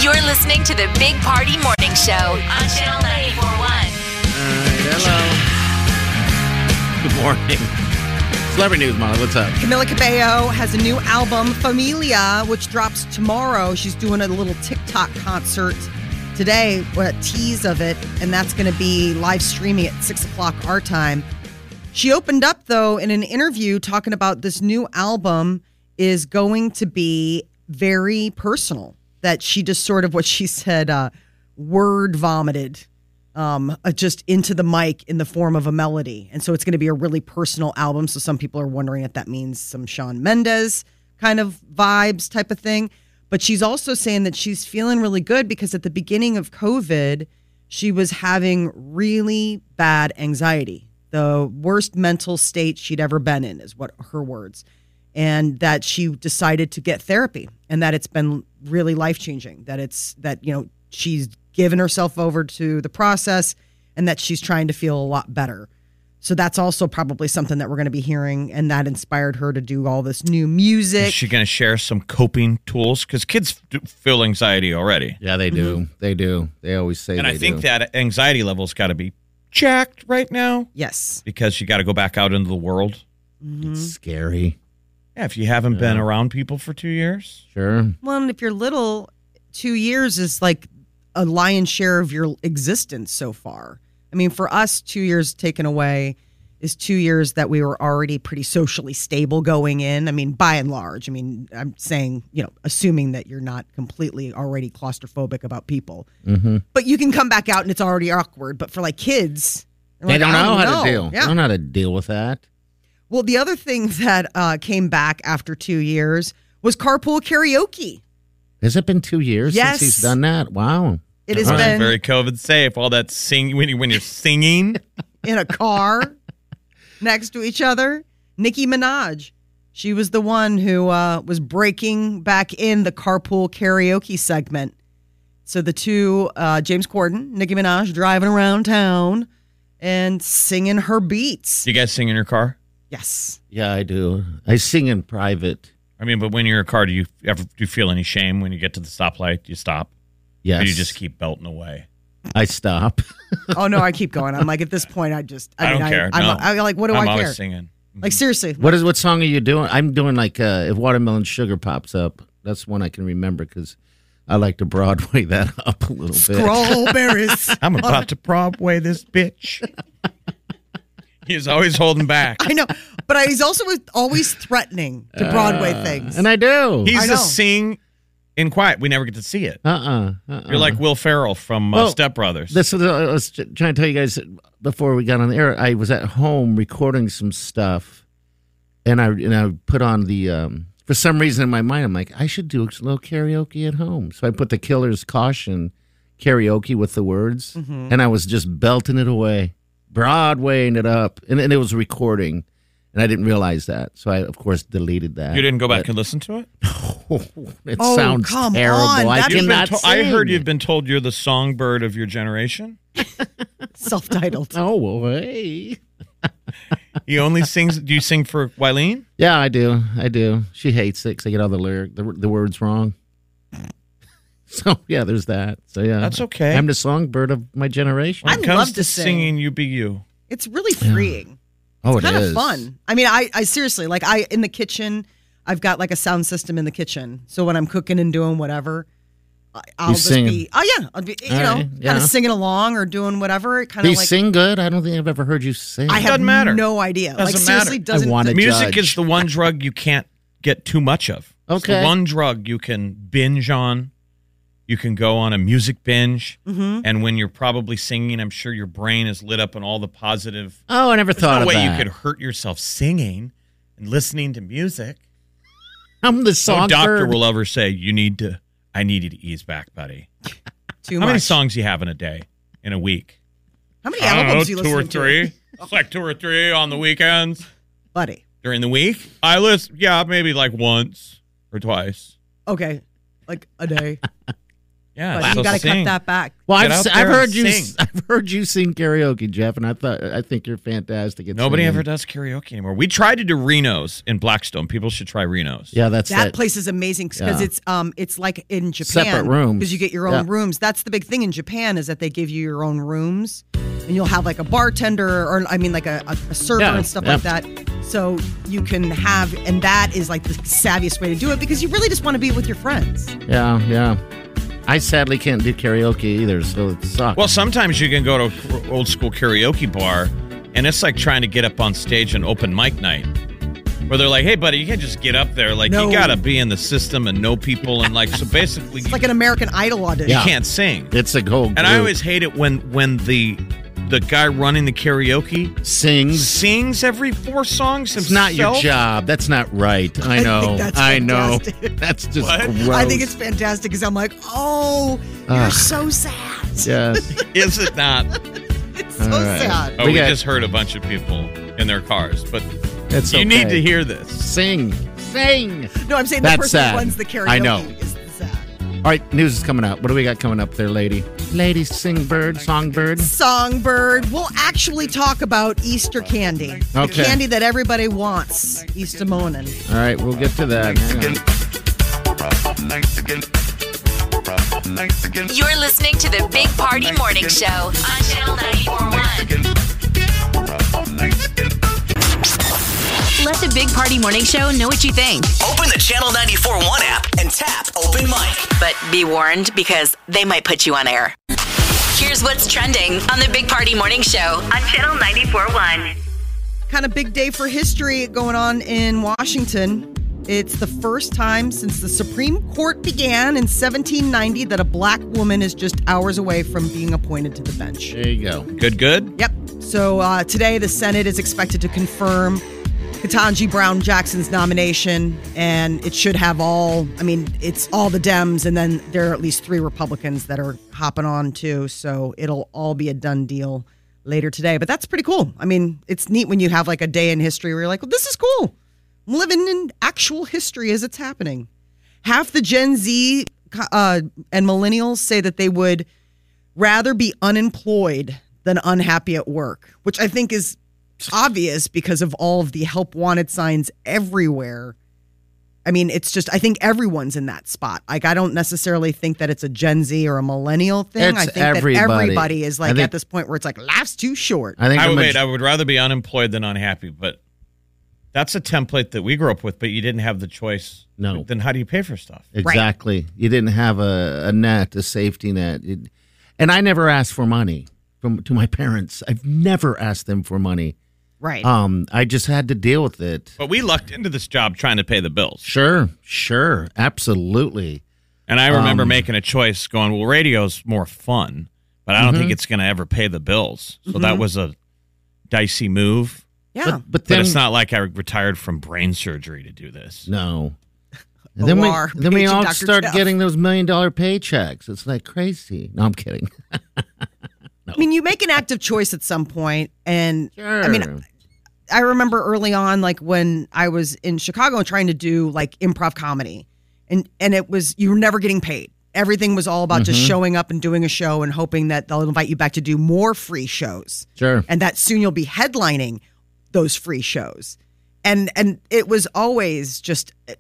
Speaker 3: You're listening to the Big Party Morning Show on Channel 941.
Speaker 4: hello. Good morning. Celebrity News Molly, what's up?
Speaker 6: Camila Cabello has a new album, Familia, which drops tomorrow. She's doing a little TikTok concert today, a tease of it, and that's going to be live streaming at six o'clock our time. She opened up though in an interview talking about this new album is going to be very personal. That she just sort of what she said, uh, word vomited, um, uh, just into the mic in the form of a melody, and so it's going to be a really personal album. So some people are wondering if that means some Sean Mendes kind of vibes type of thing. But she's also saying that she's feeling really good because at the beginning of COVID, she was having really bad anxiety, the worst mental state she'd ever been in, is what her words, and that she decided to get therapy and that it's been really life changing. That it's that, you know, she's given herself over to the process and that she's trying to feel a lot better. So that's also probably something that we're going to be hearing, and that inspired her to do all this new music.
Speaker 5: Is she going to share some coping tools? Because kids do feel anxiety already.
Speaker 4: Yeah, they do. They do. They always say
Speaker 5: and
Speaker 4: they
Speaker 5: I think
Speaker 4: do.
Speaker 5: that anxiety level's got to be checked right now
Speaker 6: Yes.
Speaker 5: because you got to go back out into the world.
Speaker 4: it's scary.
Speaker 5: Yeah, if you haven't been around people for two years,
Speaker 4: Sure.
Speaker 6: Well, and if you're little, two years is like a lion's share of your existence so far. I mean, for us, two years taken away is two years that we were already pretty socially stable going in. I mean, by and large, I mean, I'm saying, you know, assuming that you're not completely already claustrophobic about people,
Speaker 4: Mm-hmm.
Speaker 6: but you can come back out and it's already awkward. But for like kids, they're
Speaker 4: They
Speaker 6: like,
Speaker 4: don't
Speaker 6: "I
Speaker 4: know how to deal.
Speaker 6: Yeah.
Speaker 4: They don't know how to deal with that.
Speaker 6: Well, the other thing that uh, came back after two years was carpool karaoke.
Speaker 4: Has it been two years
Speaker 6: Yes.
Speaker 4: since he's done that? Wow.
Speaker 6: It has
Speaker 4: All right.
Speaker 6: been
Speaker 5: very COVID safe. All that sing when, you, when you're singing.
Speaker 6: in a car next to each other. Nicki Minaj. She was the one who uh, was breaking back in the carpool karaoke segment. So the two, uh, James Corden, Nicki Minaj, driving around town and singing her beats.
Speaker 5: Do you guys sing in your car?
Speaker 6: Yes.
Speaker 4: Yeah, I do. I sing in private.
Speaker 5: I mean, but when you're in a car, do you ever do you feel any shame when you get to the stoplight? Do you stop?
Speaker 4: Yes.
Speaker 5: Or do you just keep belting away?
Speaker 4: I stop.
Speaker 6: Oh no, I keep going. I'm like at this point, I just I,
Speaker 5: I
Speaker 6: mean,
Speaker 5: don't care.
Speaker 6: I,
Speaker 5: No.
Speaker 6: I'm, I'm like, what do
Speaker 5: I'm
Speaker 6: I
Speaker 5: always
Speaker 6: care?
Speaker 5: singing. Mm-hmm.
Speaker 6: Like seriously,
Speaker 4: What is what song are you doing? I'm doing like uh, if watermelon sugar pops up. That's one I can remember because I like to Broadway that up a little bit.
Speaker 6: scroll berries.
Speaker 5: I'm about to Broadway this bitch. He's always holding back.
Speaker 6: I know, but he's also always threatening
Speaker 5: Uh,
Speaker 6: to Broadway things.
Speaker 4: And I do.
Speaker 6: I
Speaker 5: He's
Speaker 6: know.
Speaker 5: a sing in quiet. We never get to see it.
Speaker 4: Uh uh-uh, uh. uh uh
Speaker 5: You're like Will Ferrell from uh,
Speaker 4: Well,
Speaker 5: Step Brothers.
Speaker 4: This is, uh, I was t- trying to tell you guys before we got on the air. I was at home recording some stuff, and I and I put on the. Um, for some reason in my mind, I'm like, I should do a little karaoke at home. So I put the Killer's Caution karaoke with the words,
Speaker 5: Mm-hmm.
Speaker 4: and I was just belting it away, Broadwaying it up, and, and it was recording, and I didn't realize that. So I, of course, deleted that.
Speaker 5: you didn't go back and listen to it.
Speaker 4: it
Speaker 6: Oh,
Speaker 4: sounds
Speaker 6: come
Speaker 4: terrible.
Speaker 6: on,
Speaker 4: I
Speaker 6: that'd be-
Speaker 5: You've been
Speaker 4: cannot.
Speaker 5: to- I heard
Speaker 4: sing.
Speaker 5: you've been told you're the songbird of your generation.
Speaker 6: Self-titled.
Speaker 4: Oh, well, hey.
Speaker 5: He only sings. Do you sing for Wileen?
Speaker 4: Yeah, I do. I do. She hates it 'cause I get all the lyric, the, the words wrong. So yeah, there's that. So yeah,
Speaker 5: That's okay.
Speaker 4: I'm the songbird of my generation.
Speaker 5: When
Speaker 6: I'd
Speaker 5: it comes
Speaker 6: love
Speaker 5: to,
Speaker 6: to sing.
Speaker 5: singing, you be you.
Speaker 6: It's really freeing. it's
Speaker 4: oh, it
Speaker 6: kind of
Speaker 4: is.
Speaker 6: fun. I mean, I, I seriously like I in the kitchen. I've got like a sound system in the kitchen, so when I'm cooking and doing whatever, I- I'll just
Speaker 4: singing.
Speaker 6: be oh yeah, I'll be you
Speaker 4: All
Speaker 6: know
Speaker 4: right,
Speaker 6: kind
Speaker 4: yeah.
Speaker 6: of singing along or doing whatever. Kind
Speaker 4: Do
Speaker 6: of
Speaker 4: you
Speaker 6: like
Speaker 4: sing good? I don't think I've ever heard you sing.
Speaker 6: I have
Speaker 5: Doesn't matter.
Speaker 6: no idea. like
Speaker 5: Doesn't
Speaker 6: seriously,
Speaker 4: I
Speaker 5: matter.
Speaker 6: doesn't
Speaker 4: wanna-
Speaker 5: Music
Speaker 4: judge.
Speaker 5: is the one drug you can't get too much of. It's the
Speaker 4: Okay.
Speaker 5: one drug you can binge on. You can go on a music binge. And when you're probably singing, I'm sure your brain is lit up on all the positive.
Speaker 4: oh, I never
Speaker 5: There's
Speaker 4: thought
Speaker 5: no
Speaker 4: of
Speaker 5: way
Speaker 4: that.
Speaker 5: you could hurt yourself singing and listening to music.
Speaker 4: I'm the
Speaker 5: No
Speaker 4: songbird.
Speaker 5: Oh, doctor will ever say, you need to, I need you to ease back, buddy.
Speaker 6: too
Speaker 5: How many
Speaker 6: much.
Speaker 5: songs you have in a day? in a week.
Speaker 6: How many
Speaker 5: I don't
Speaker 6: albums
Speaker 5: know,
Speaker 6: you
Speaker 5: two or
Speaker 6: listen to?
Speaker 5: three? it's like two or three on the weekends.
Speaker 6: Buddy.
Speaker 5: During the week, I list yeah maybe like once or twice.
Speaker 6: Okay. Like a day.
Speaker 5: Yeah,
Speaker 6: But
Speaker 5: so
Speaker 6: you got to
Speaker 5: sing.
Speaker 6: cut that back.
Speaker 4: Well, I've,
Speaker 5: Get
Speaker 4: s-
Speaker 5: out
Speaker 4: I've
Speaker 5: there
Speaker 4: heard
Speaker 5: and
Speaker 4: you. s-
Speaker 5: sing.
Speaker 4: I've heard you sing karaoke, Jeff, and I thought I think you're fantastic. At
Speaker 6: Mm.
Speaker 5: Nobody
Speaker 4: singing.
Speaker 5: ever does karaoke anymore. We tried to do Reno's in Blackstone. People should try Reno's.
Speaker 4: Yeah, that's
Speaker 6: that
Speaker 4: that.
Speaker 6: place is amazing because
Speaker 4: Yeah.
Speaker 6: it's um it's like in Japan
Speaker 4: Separate rooms.
Speaker 6: because you get your own
Speaker 4: Yeah.
Speaker 6: rooms. That's the big thing in Japan is that they give you your own rooms, and you'll have like a bartender or I mean like a, a, a server
Speaker 4: Yeah,
Speaker 6: and stuff
Speaker 4: yeah.
Speaker 6: like that. So you can have and that is like the savviest way to do it because you really just want to be with your friends.
Speaker 4: Yeah, yeah. I sadly can't do karaoke either, so it sucks.
Speaker 5: Well, sometimes you can go to an old school karaoke bar, and it's like trying to get up on stage and open mic night, where they're like, "Hey, buddy, you can't just get up there. Like,
Speaker 6: No.
Speaker 5: you gotta be in the system and know people, and like, so basically,
Speaker 6: It's like an American Idol audition.
Speaker 5: you
Speaker 4: Yeah.
Speaker 5: can't sing."
Speaker 4: it's a gold.
Speaker 5: And I always hate it when when the the guy running the karaoke
Speaker 4: sings.
Speaker 5: sings every four songs
Speaker 4: Mm. It's
Speaker 5: himself.
Speaker 4: not your job. That's not right. I
Speaker 6: think
Speaker 4: know. I,
Speaker 6: that's
Speaker 4: know.
Speaker 6: fantastic.
Speaker 4: That's just
Speaker 5: What? I
Speaker 4: gross.
Speaker 6: I think it's fantastic because I'm like, oh,
Speaker 4: Ah.
Speaker 6: you're so sad.
Speaker 4: yes.
Speaker 5: Is it not?
Speaker 6: It's so
Speaker 4: All right.
Speaker 6: sad.
Speaker 5: Oh,
Speaker 4: We
Speaker 5: we,
Speaker 4: got-
Speaker 5: just heard a bunch of people in their cars, but
Speaker 4: It's
Speaker 5: you need to
Speaker 4: okay.
Speaker 5: hear this.
Speaker 4: sing, sing.
Speaker 6: No, I'm saying
Speaker 4: That's
Speaker 6: the person
Speaker 4: sad.
Speaker 6: who runs the karaoke
Speaker 4: I know.
Speaker 6: is the sad.
Speaker 4: All right, news is coming up. What do we got coming up there, lady? Lady, sing bird, songbird.
Speaker 6: Songbird. We'll actually talk about Easter candy. The
Speaker 4: Okay.
Speaker 6: candy that everybody wants. Easter morning.
Speaker 4: All right, we'll get to that. Hang on.
Speaker 3: You're listening to the Big Party Morning Show on Channel 941. Let the Big Party Morning Show know what you think.
Speaker 8: Open the Channel 94.1 app and tap Open Mic.
Speaker 3: But be warned because they might put you on air. Here's what's trending on the Big Party Morning Show on Channel 941.
Speaker 6: Kind of big day for history going on in Washington. It's the first time since the Supreme Court began in 1790 that a black woman is just hours away from being appointed to the bench.
Speaker 4: There you go.
Speaker 5: Good, good.
Speaker 6: Yep. So uh, today, the Senate is expected to confirm Katanji Brown Jackson's nomination, and it should have all, I mean, it's all the Dems, and then there are at least three Republicans that are hopping on too. So it'll all be a done deal later today. But that's pretty cool. I mean, it's neat when you have like a day in history where you're like, well, this is cool. I'm living in actual history as it's happening. Half the Gen Z uh, and millennials say that they would rather be unemployed than unhappy at work, which I think is obvious because of all of the help wanted signs everywhere. I mean, it's just, I think everyone's in that spot. Like, I don't necessarily think that it's a Gen Z or a millennial thing. I
Speaker 4: It's
Speaker 6: think that
Speaker 4: everybody.
Speaker 6: everybody is
Speaker 4: I
Speaker 6: like
Speaker 4: think-
Speaker 6: at this point where it's like, life's too short.
Speaker 4: I think
Speaker 5: I
Speaker 4: the
Speaker 5: would,
Speaker 4: maj-
Speaker 5: wait, I would rather be unemployed than unhappy, but that's a template that we grew up with, but you didn't have the choice.
Speaker 4: No.
Speaker 5: Then how do you pay for stuff?
Speaker 4: Exactly. You didn't have a, a net, a safety net. It- and I never asked for money from to my parents. I've never asked them for money.
Speaker 6: right.
Speaker 4: Um, I just had to deal with it.
Speaker 5: But we lucked into this job trying to pay the bills.
Speaker 4: Sure, sure, absolutely.
Speaker 5: And I remember
Speaker 4: Um,
Speaker 5: making a choice going, well, radio's more fun, but I don't
Speaker 6: Mm-hmm.
Speaker 5: think it's going to ever pay the bills. So that was a dicey move.
Speaker 6: yeah.
Speaker 4: But, but
Speaker 5: But
Speaker 4: then
Speaker 5: it's not like I retired from brain surgery to do this.
Speaker 4: No. And then we,
Speaker 6: OR,
Speaker 4: then we
Speaker 6: paging
Speaker 4: all
Speaker 6: Dr.
Speaker 4: start
Speaker 6: Jeff.
Speaker 4: getting those million dollar paychecks. It's like crazy. No, I'm kidding.
Speaker 6: I mean, you make an active choice at some point, and
Speaker 4: Sure.
Speaker 6: I mean, I remember early on, like when I was in Chicago and trying to do like improv comedy, and and it was you were never getting paid. Everything was all about
Speaker 5: Mm-hmm.
Speaker 6: just showing up and doing a show and hoping that they'll invite you back to do more free shows,
Speaker 4: sure.
Speaker 6: and that soon you'll be headlining those free shows, and and it was always just eh,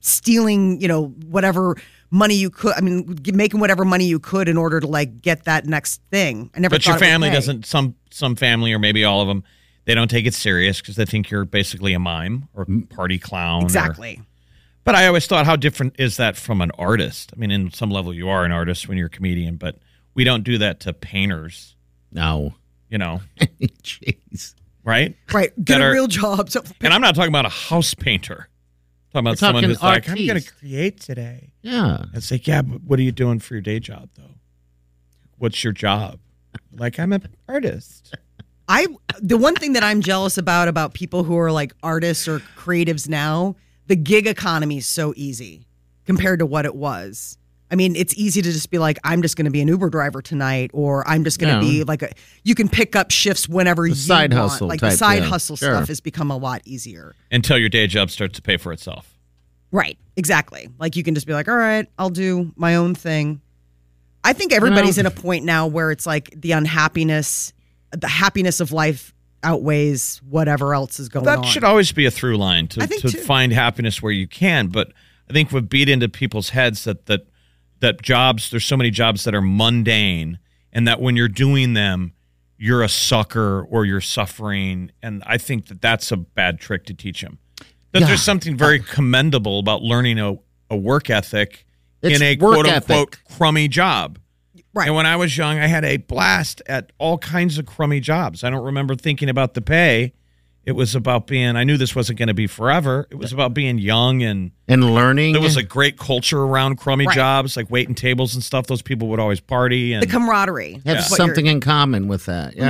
Speaker 6: stealing, you know, whatever money you could. I mean, g- making whatever money you could in order to like get that next thing. I never.
Speaker 5: But your
Speaker 6: thought it would
Speaker 5: family
Speaker 6: pay.
Speaker 5: doesn't. Some some family or maybe all of them, they don't take it serious because they think you're basically a mime or party clown. or-
Speaker 6: exactly.
Speaker 5: but I always thought, how different is that from an artist? I mean, in some level, you are an artist when you're a comedian, but we don't do that to painters.
Speaker 4: No.
Speaker 5: You know,
Speaker 4: Jeez.
Speaker 5: right?
Speaker 6: Right. Get
Speaker 5: that
Speaker 6: a
Speaker 5: are-
Speaker 6: real job. So,
Speaker 5: And I'm not talking about a house painter. I'm talking about
Speaker 4: We're
Speaker 5: someone
Speaker 4: talking
Speaker 5: who's like, I'm going to
Speaker 4: artiste.
Speaker 5: create today.
Speaker 4: Yeah.
Speaker 5: And it's like, yeah, but what are you doing for your day job though? What's your job? Like, I'm an artist.
Speaker 6: I the one thing that I'm jealous about about people who are like artists or creatives now, the gig economy is so easy compared to what it was. I mean, it's easy to just be like, I'm just going to be an Uber driver tonight, or I'm just going to
Speaker 4: Yeah.
Speaker 6: be like a. You can pick up shifts whenever you
Speaker 4: side
Speaker 6: want.
Speaker 4: hustle
Speaker 6: Like the
Speaker 4: type
Speaker 6: side
Speaker 4: deal.
Speaker 6: hustle
Speaker 4: Sure.
Speaker 6: stuff has become a lot easier.
Speaker 5: until your day job starts to pay for itself.
Speaker 6: Right. Exactly. Like you can just be like, all right, I'll do my own thing. I think everybody's in
Speaker 4: Well-
Speaker 6: a point now where it's like the unhappiness, the happiness of life outweighs whatever else is going
Speaker 5: that
Speaker 6: on.
Speaker 5: should always be a through line to,
Speaker 6: I think
Speaker 5: to
Speaker 6: too.
Speaker 5: find happiness where you can. But I think we beat into people's heads that that that jobs there's so many jobs that are mundane, and that when you're doing them, you're a sucker or you're suffering. And I think that that's a bad trick to teach them. That
Speaker 4: Yeah.
Speaker 5: there's something
Speaker 6: Uh,
Speaker 5: very commendable about learning a, a work ethic
Speaker 4: It's
Speaker 5: in a
Speaker 4: work
Speaker 5: quote unquote
Speaker 4: ethic.
Speaker 5: crummy job.
Speaker 6: Right.
Speaker 5: And when I was young, I had a blast at all kinds of crummy jobs. I don't remember thinking about the pay. It was about being, I knew this wasn't going to be forever. It was about being young and
Speaker 4: and learning.
Speaker 5: there was a great culture around crummy
Speaker 6: Right.
Speaker 5: jobs, like waiting tables and stuff. Those people would always party. And
Speaker 6: the camaraderie. is
Speaker 4: have
Speaker 6: what you're- Mm-hmm.
Speaker 4: something in common with that. Yeah.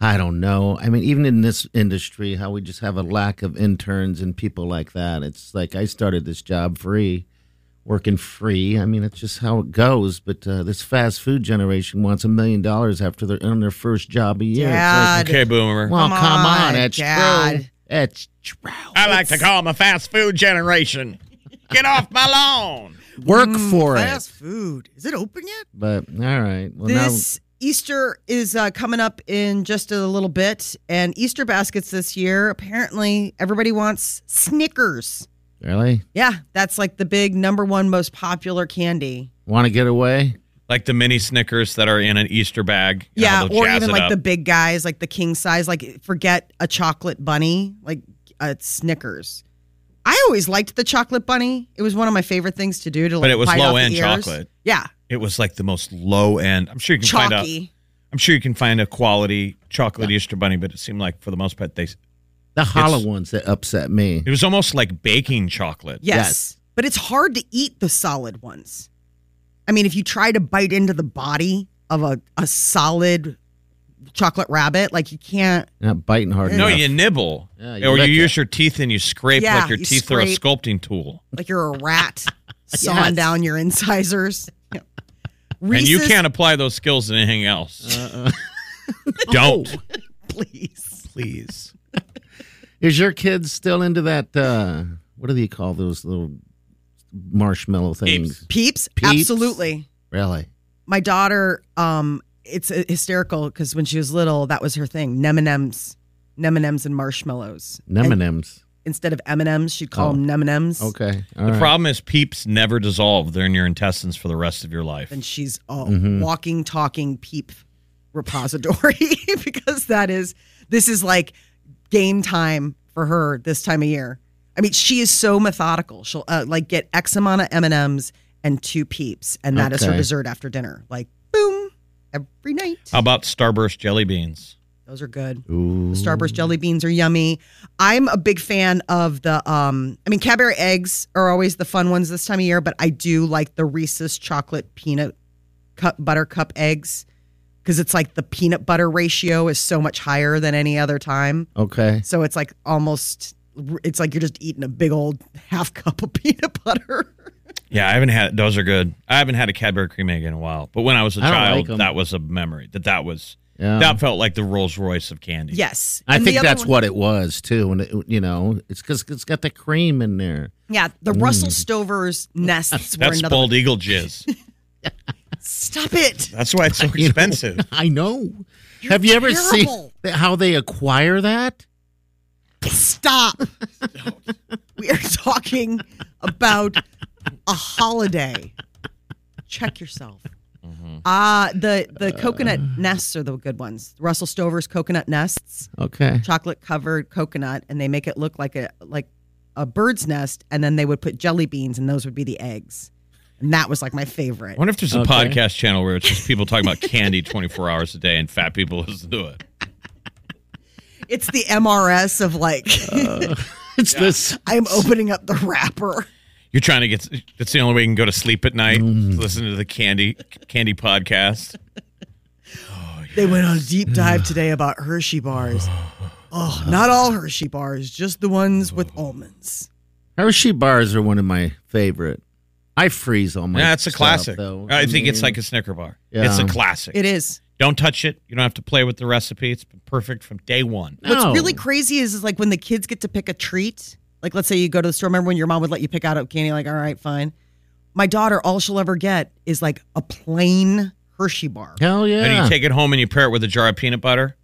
Speaker 4: I don't know. I mean, even in this industry, how we just have a lack of interns and people like that. It's like I started this job free, working free. I mean, it's just how it goes. But uh, this fast food generation wants a million dollars after they're on their first job a year. It's
Speaker 6: Dad.
Speaker 5: okay, boomer.
Speaker 4: like, well,
Speaker 6: Come
Speaker 4: come,
Speaker 6: on,
Speaker 4: on, it's
Speaker 6: Dad.
Speaker 4: true. It's true.
Speaker 5: I like to call them a fast food generation. Get off my lawn.
Speaker 4: Work for
Speaker 6: Fast
Speaker 4: it.
Speaker 6: Mm, food. Is it open yet?
Speaker 4: But all right, well
Speaker 6: this Easter is uh, coming up in just a little bit, and Easter baskets this year. Apparently, everybody wants Snickers.
Speaker 4: now really
Speaker 6: Yeah, that's like the big number one most popular candy.
Speaker 4: want to get away.
Speaker 5: Like the mini Snickers that are in an Easter bag. You know,
Speaker 6: Yeah,
Speaker 5: they'll
Speaker 6: or
Speaker 5: jazz
Speaker 6: even
Speaker 5: it
Speaker 6: like
Speaker 5: up.
Speaker 6: the big guys, like the king size. Like forget a chocolate bunny, like uh, Snickers. I always liked the chocolate bunny. It was one of my favorite things to do. To like,
Speaker 5: it was
Speaker 6: bite off the
Speaker 5: low-end
Speaker 6: ears.
Speaker 5: chocolate.
Speaker 6: Yeah,
Speaker 5: It was like the most low end. I'm sure you can find out.
Speaker 6: chalky.
Speaker 5: I'm sure you can find a quality chocolate Easter bunny, but it seemed like for the most part they it
Speaker 4: The hollow ones that upset me.
Speaker 5: was almost like baking chocolate.
Speaker 6: Yes.
Speaker 4: Yes.
Speaker 6: But it's hard to eat the solid ones. I mean, if you try to bite into the body of a, a solid chocolate rabbit, like you can't.
Speaker 4: You're Not biting hard
Speaker 5: No,
Speaker 4: enough.
Speaker 5: you nibble,
Speaker 4: Yeah, you
Speaker 5: or you
Speaker 4: lick
Speaker 5: use
Speaker 4: it.
Speaker 5: your teeth and you scrape
Speaker 6: Yeah,
Speaker 5: like your
Speaker 6: you
Speaker 5: teeth are a
Speaker 6: scrape.
Speaker 5: sculpting tool,
Speaker 6: Like you're a rat sawing
Speaker 4: Yes.
Speaker 6: down your incisors. Yeah.
Speaker 5: and you
Speaker 6: Reese's,
Speaker 5: can't apply those skills to anything else.
Speaker 4: Uh,
Speaker 5: Don't
Speaker 6: please.
Speaker 5: please.
Speaker 4: Is your kid still into that? Uh, what do they call those little marshmallow things?
Speaker 6: Peeps?
Speaker 4: Peeps.
Speaker 6: Absolutely.
Speaker 4: Really?
Speaker 6: My daughter, um, it's uh, hysterical because when she was little, that was her thing. Nem-a-nems. Nem-a-nems and marshmallows. And
Speaker 4: M&Ms.
Speaker 6: Instead of M&Ms, she'd call
Speaker 4: Oh.
Speaker 6: them Nem-a-nems.
Speaker 4: Okay. all
Speaker 5: The
Speaker 4: right.
Speaker 5: problem is peeps never dissolve; they're in your intestines for the rest of your life.
Speaker 6: and she's a
Speaker 4: Mhm.
Speaker 6: walking, talking peep repository because that is this is like game time for her this time of year. I mean, she is so methodical. She'll uh, like get X amount of M and M's and two peeps, and that is her
Speaker 4: Okay.
Speaker 6: dessert after dinner. Like boom, every night.
Speaker 5: How about Starburst jelly beans?
Speaker 6: Those are good.
Speaker 4: Ooh.
Speaker 6: The Starburst jelly beans are yummy. I'm a big fan of the. Um, I mean, Cadbury eggs are always the fun ones this time of year, but I do like the Reese's chocolate peanut cup buttercup eggs because it's like the peanut butter ratio is so much higher than any other time.
Speaker 4: Okay.
Speaker 6: So it's like almost. It's like you're just eating a big old half cup of peanut butter.
Speaker 5: Yeah, I haven't had those. Are good. I haven't had a Cadbury cream egg in a while, but when I was a
Speaker 4: I don't like
Speaker 5: child,
Speaker 4: 'em.
Speaker 5: that was a memory. That that was
Speaker 4: Yeah.
Speaker 5: that felt like the Rolls Royce of candy.
Speaker 6: yes,
Speaker 4: I
Speaker 6: And the
Speaker 4: think
Speaker 6: other
Speaker 4: that's
Speaker 6: one-
Speaker 4: what it was too, and it, you know, it's because it's got the cream in there.
Speaker 6: Yeah, the
Speaker 4: Mm.
Speaker 6: Russell Stover's nests were
Speaker 5: That's
Speaker 6: another.
Speaker 5: bald eagle jizz.
Speaker 6: Stop it.
Speaker 5: That's why it's so
Speaker 4: You know?
Speaker 5: expensive.
Speaker 4: I know. Have you ever
Speaker 6: terrible.
Speaker 4: seen how they acquire that?
Speaker 6: Stop. we are talking about a holiday. Check yourself. Ah, the the coconut nests are the good ones. Russell Stover's coconut nests,
Speaker 4: Okay.
Speaker 6: chocolate covered coconut, and they make it look like a like a bird's nest, and then they would put jelly beans, and those would be the eggs, and that was like my favorite.
Speaker 5: I wonder if there's a
Speaker 4: Okay.
Speaker 5: podcast channel where it's just people talking about candy 24 hours a day and fat people listen to it.
Speaker 6: It's the MRS of like
Speaker 4: It's this.
Speaker 6: I'm opening up the wrapper.
Speaker 5: You're trying to get. That's the only way you can go to sleep at night.
Speaker 4: Mm.
Speaker 5: is Listen to the candy candy podcast.
Speaker 6: They went on a deep dive today about Hershey bars. Oh, not all Hershey bars, just the ones with almonds.
Speaker 4: Hershey bars are one of my favorite. I freeze all my.
Speaker 5: Yeah, it's a
Speaker 4: stuff,
Speaker 5: classic.
Speaker 4: though.
Speaker 5: I, think it's
Speaker 4: mean,
Speaker 5: like a Snicker bar. It's a
Speaker 4: Yeah.
Speaker 5: classic.
Speaker 6: It is.
Speaker 5: Don't touch it. You don't have to play with the recipe. It's been perfect from day one.
Speaker 6: What's
Speaker 4: No.
Speaker 6: really crazy is, is like when the kids get to pick a treat. Like let's say you go to the store. Remember when your mom would let you pick out a candy? Like all right, fine. My daughter, all she'll ever get is like a plain Hershey bar.
Speaker 4: hell yeah.
Speaker 5: And you take it home and you pair it with a jar of peanut butter.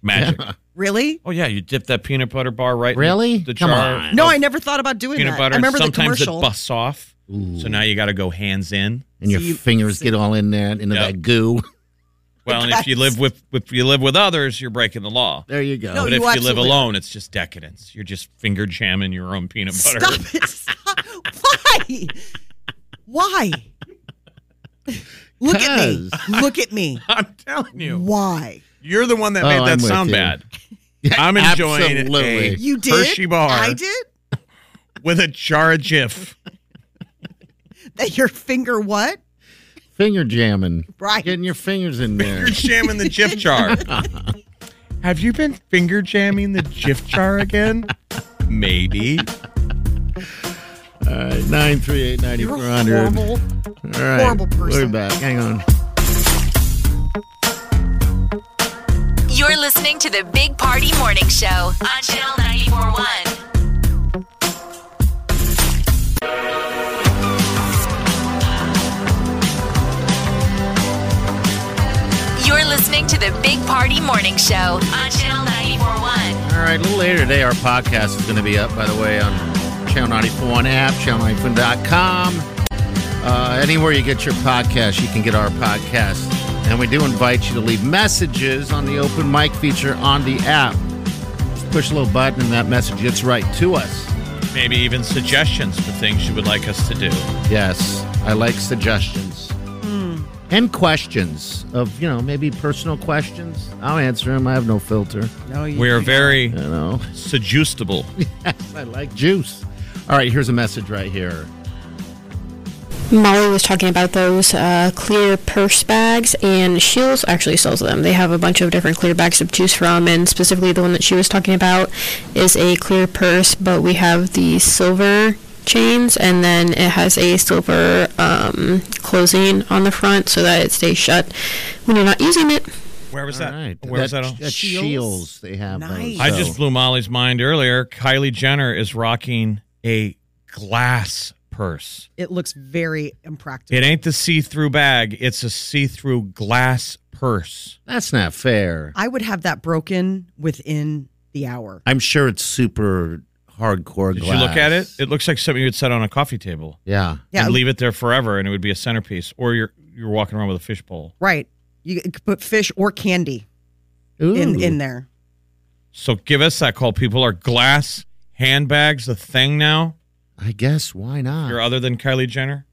Speaker 5: Magic.
Speaker 6: Really?
Speaker 5: Oh yeah, you dip that peanut butter bar right. in
Speaker 4: Really?
Speaker 5: the
Speaker 4: Come
Speaker 5: jar
Speaker 4: on.
Speaker 6: No,
Speaker 5: of
Speaker 6: I never thought about doing
Speaker 5: Peanut
Speaker 6: that.
Speaker 5: butter.
Speaker 6: I
Speaker 5: and
Speaker 6: remember the
Speaker 5: sometimes
Speaker 6: commercial.
Speaker 5: it busts off. So now you got to go hands in.
Speaker 4: and your
Speaker 6: So you-
Speaker 4: fingers get all in that into
Speaker 5: Yeah.
Speaker 4: that goo.
Speaker 5: Well, and if you live with if you live with others, you're breaking the law.
Speaker 4: There you go.
Speaker 6: No,
Speaker 5: but if
Speaker 6: you
Speaker 5: you live
Speaker 6: absolutely-
Speaker 5: alone, it's just decadence. You're just finger jamming your own peanut butter.
Speaker 6: Stop it! Stop. Why? Why? Look at me! Look at me!
Speaker 5: I'm telling you,
Speaker 6: Why?
Speaker 5: you're the one that
Speaker 4: Oh,
Speaker 5: made that
Speaker 4: I'm with
Speaker 5: sound
Speaker 4: you.
Speaker 5: bad. I'm enjoying
Speaker 4: Absolutely.
Speaker 5: a
Speaker 6: You did.
Speaker 5: Hershey bar
Speaker 6: I did.
Speaker 5: with a jar of Jif.
Speaker 6: That your finger what?
Speaker 4: Finger jamming.
Speaker 6: Right.
Speaker 4: Getting your fingers in there.
Speaker 5: You're jamming the Jif jar. Have you been finger jamming the Jif jar again? Maybe.
Speaker 4: all right. 938
Speaker 6: You're a horrible.
Speaker 4: All right.
Speaker 6: horrible
Speaker 4: We're
Speaker 6: person.
Speaker 4: back. Hang on.
Speaker 3: You're listening to the Big Party Morning Show on Channel 941. You're listening to the Big Party Morning Show on Channel 941.
Speaker 4: All right, a little later today, our podcast is going to be up, by the way, on Channel 941 app, channel94.com. Uh, anywhere you get your podcast, you can get our podcast. And we do invite you to leave messages on the open mic feature on the app. Just push a little button, and that message gets right to us.
Speaker 5: Maybe even suggestions for things you would like us to do.
Speaker 4: Yes, I like suggestions
Speaker 6: Hmm.
Speaker 4: and questions of, you know, maybe personal questions. I'll answer them. I have no filter.
Speaker 6: No, you.
Speaker 5: We are very
Speaker 4: You know.
Speaker 5: suggestible.
Speaker 4: I like juice. All right, here's a message right here.
Speaker 12: Molly was talking about those uh, clear purse bags, and Shields actually sells them. They have a bunch of different clear bags to choose from, and specifically the one that she was talking about is a clear purse, but we have the silver chains, and then it has a silver um, closing on the front so that it stays shut when you're not using it.
Speaker 5: Where was
Speaker 4: All
Speaker 5: that?
Speaker 4: right.
Speaker 5: Where was that? on?
Speaker 4: That's
Speaker 6: Shields?
Speaker 4: Shields. They have
Speaker 6: Nice.
Speaker 4: those.
Speaker 5: I
Speaker 4: So-
Speaker 5: just blew Molly's mind earlier. Kylie Jenner is rocking a glass purse.
Speaker 6: It looks very impractical.
Speaker 5: It ain't the see-through bag. It's a see-through glass purse.
Speaker 4: That's not fair.
Speaker 6: I would have that broken within the hour.
Speaker 4: I'm sure it's super hardcore
Speaker 5: Did
Speaker 4: glass.
Speaker 5: you look at it? It looks like something you would set on a coffee table
Speaker 4: yeah.
Speaker 6: Yeah,
Speaker 5: and leave it there forever, and it would be a centerpiece. Or you're you're walking around with a fishbowl.
Speaker 6: right. You could put fish or candy
Speaker 4: Ooh.
Speaker 6: in in there.
Speaker 5: So give us that call, people. Are glass handbags the thing now?
Speaker 4: I guess why not?
Speaker 5: You're other than Kylie Jenner.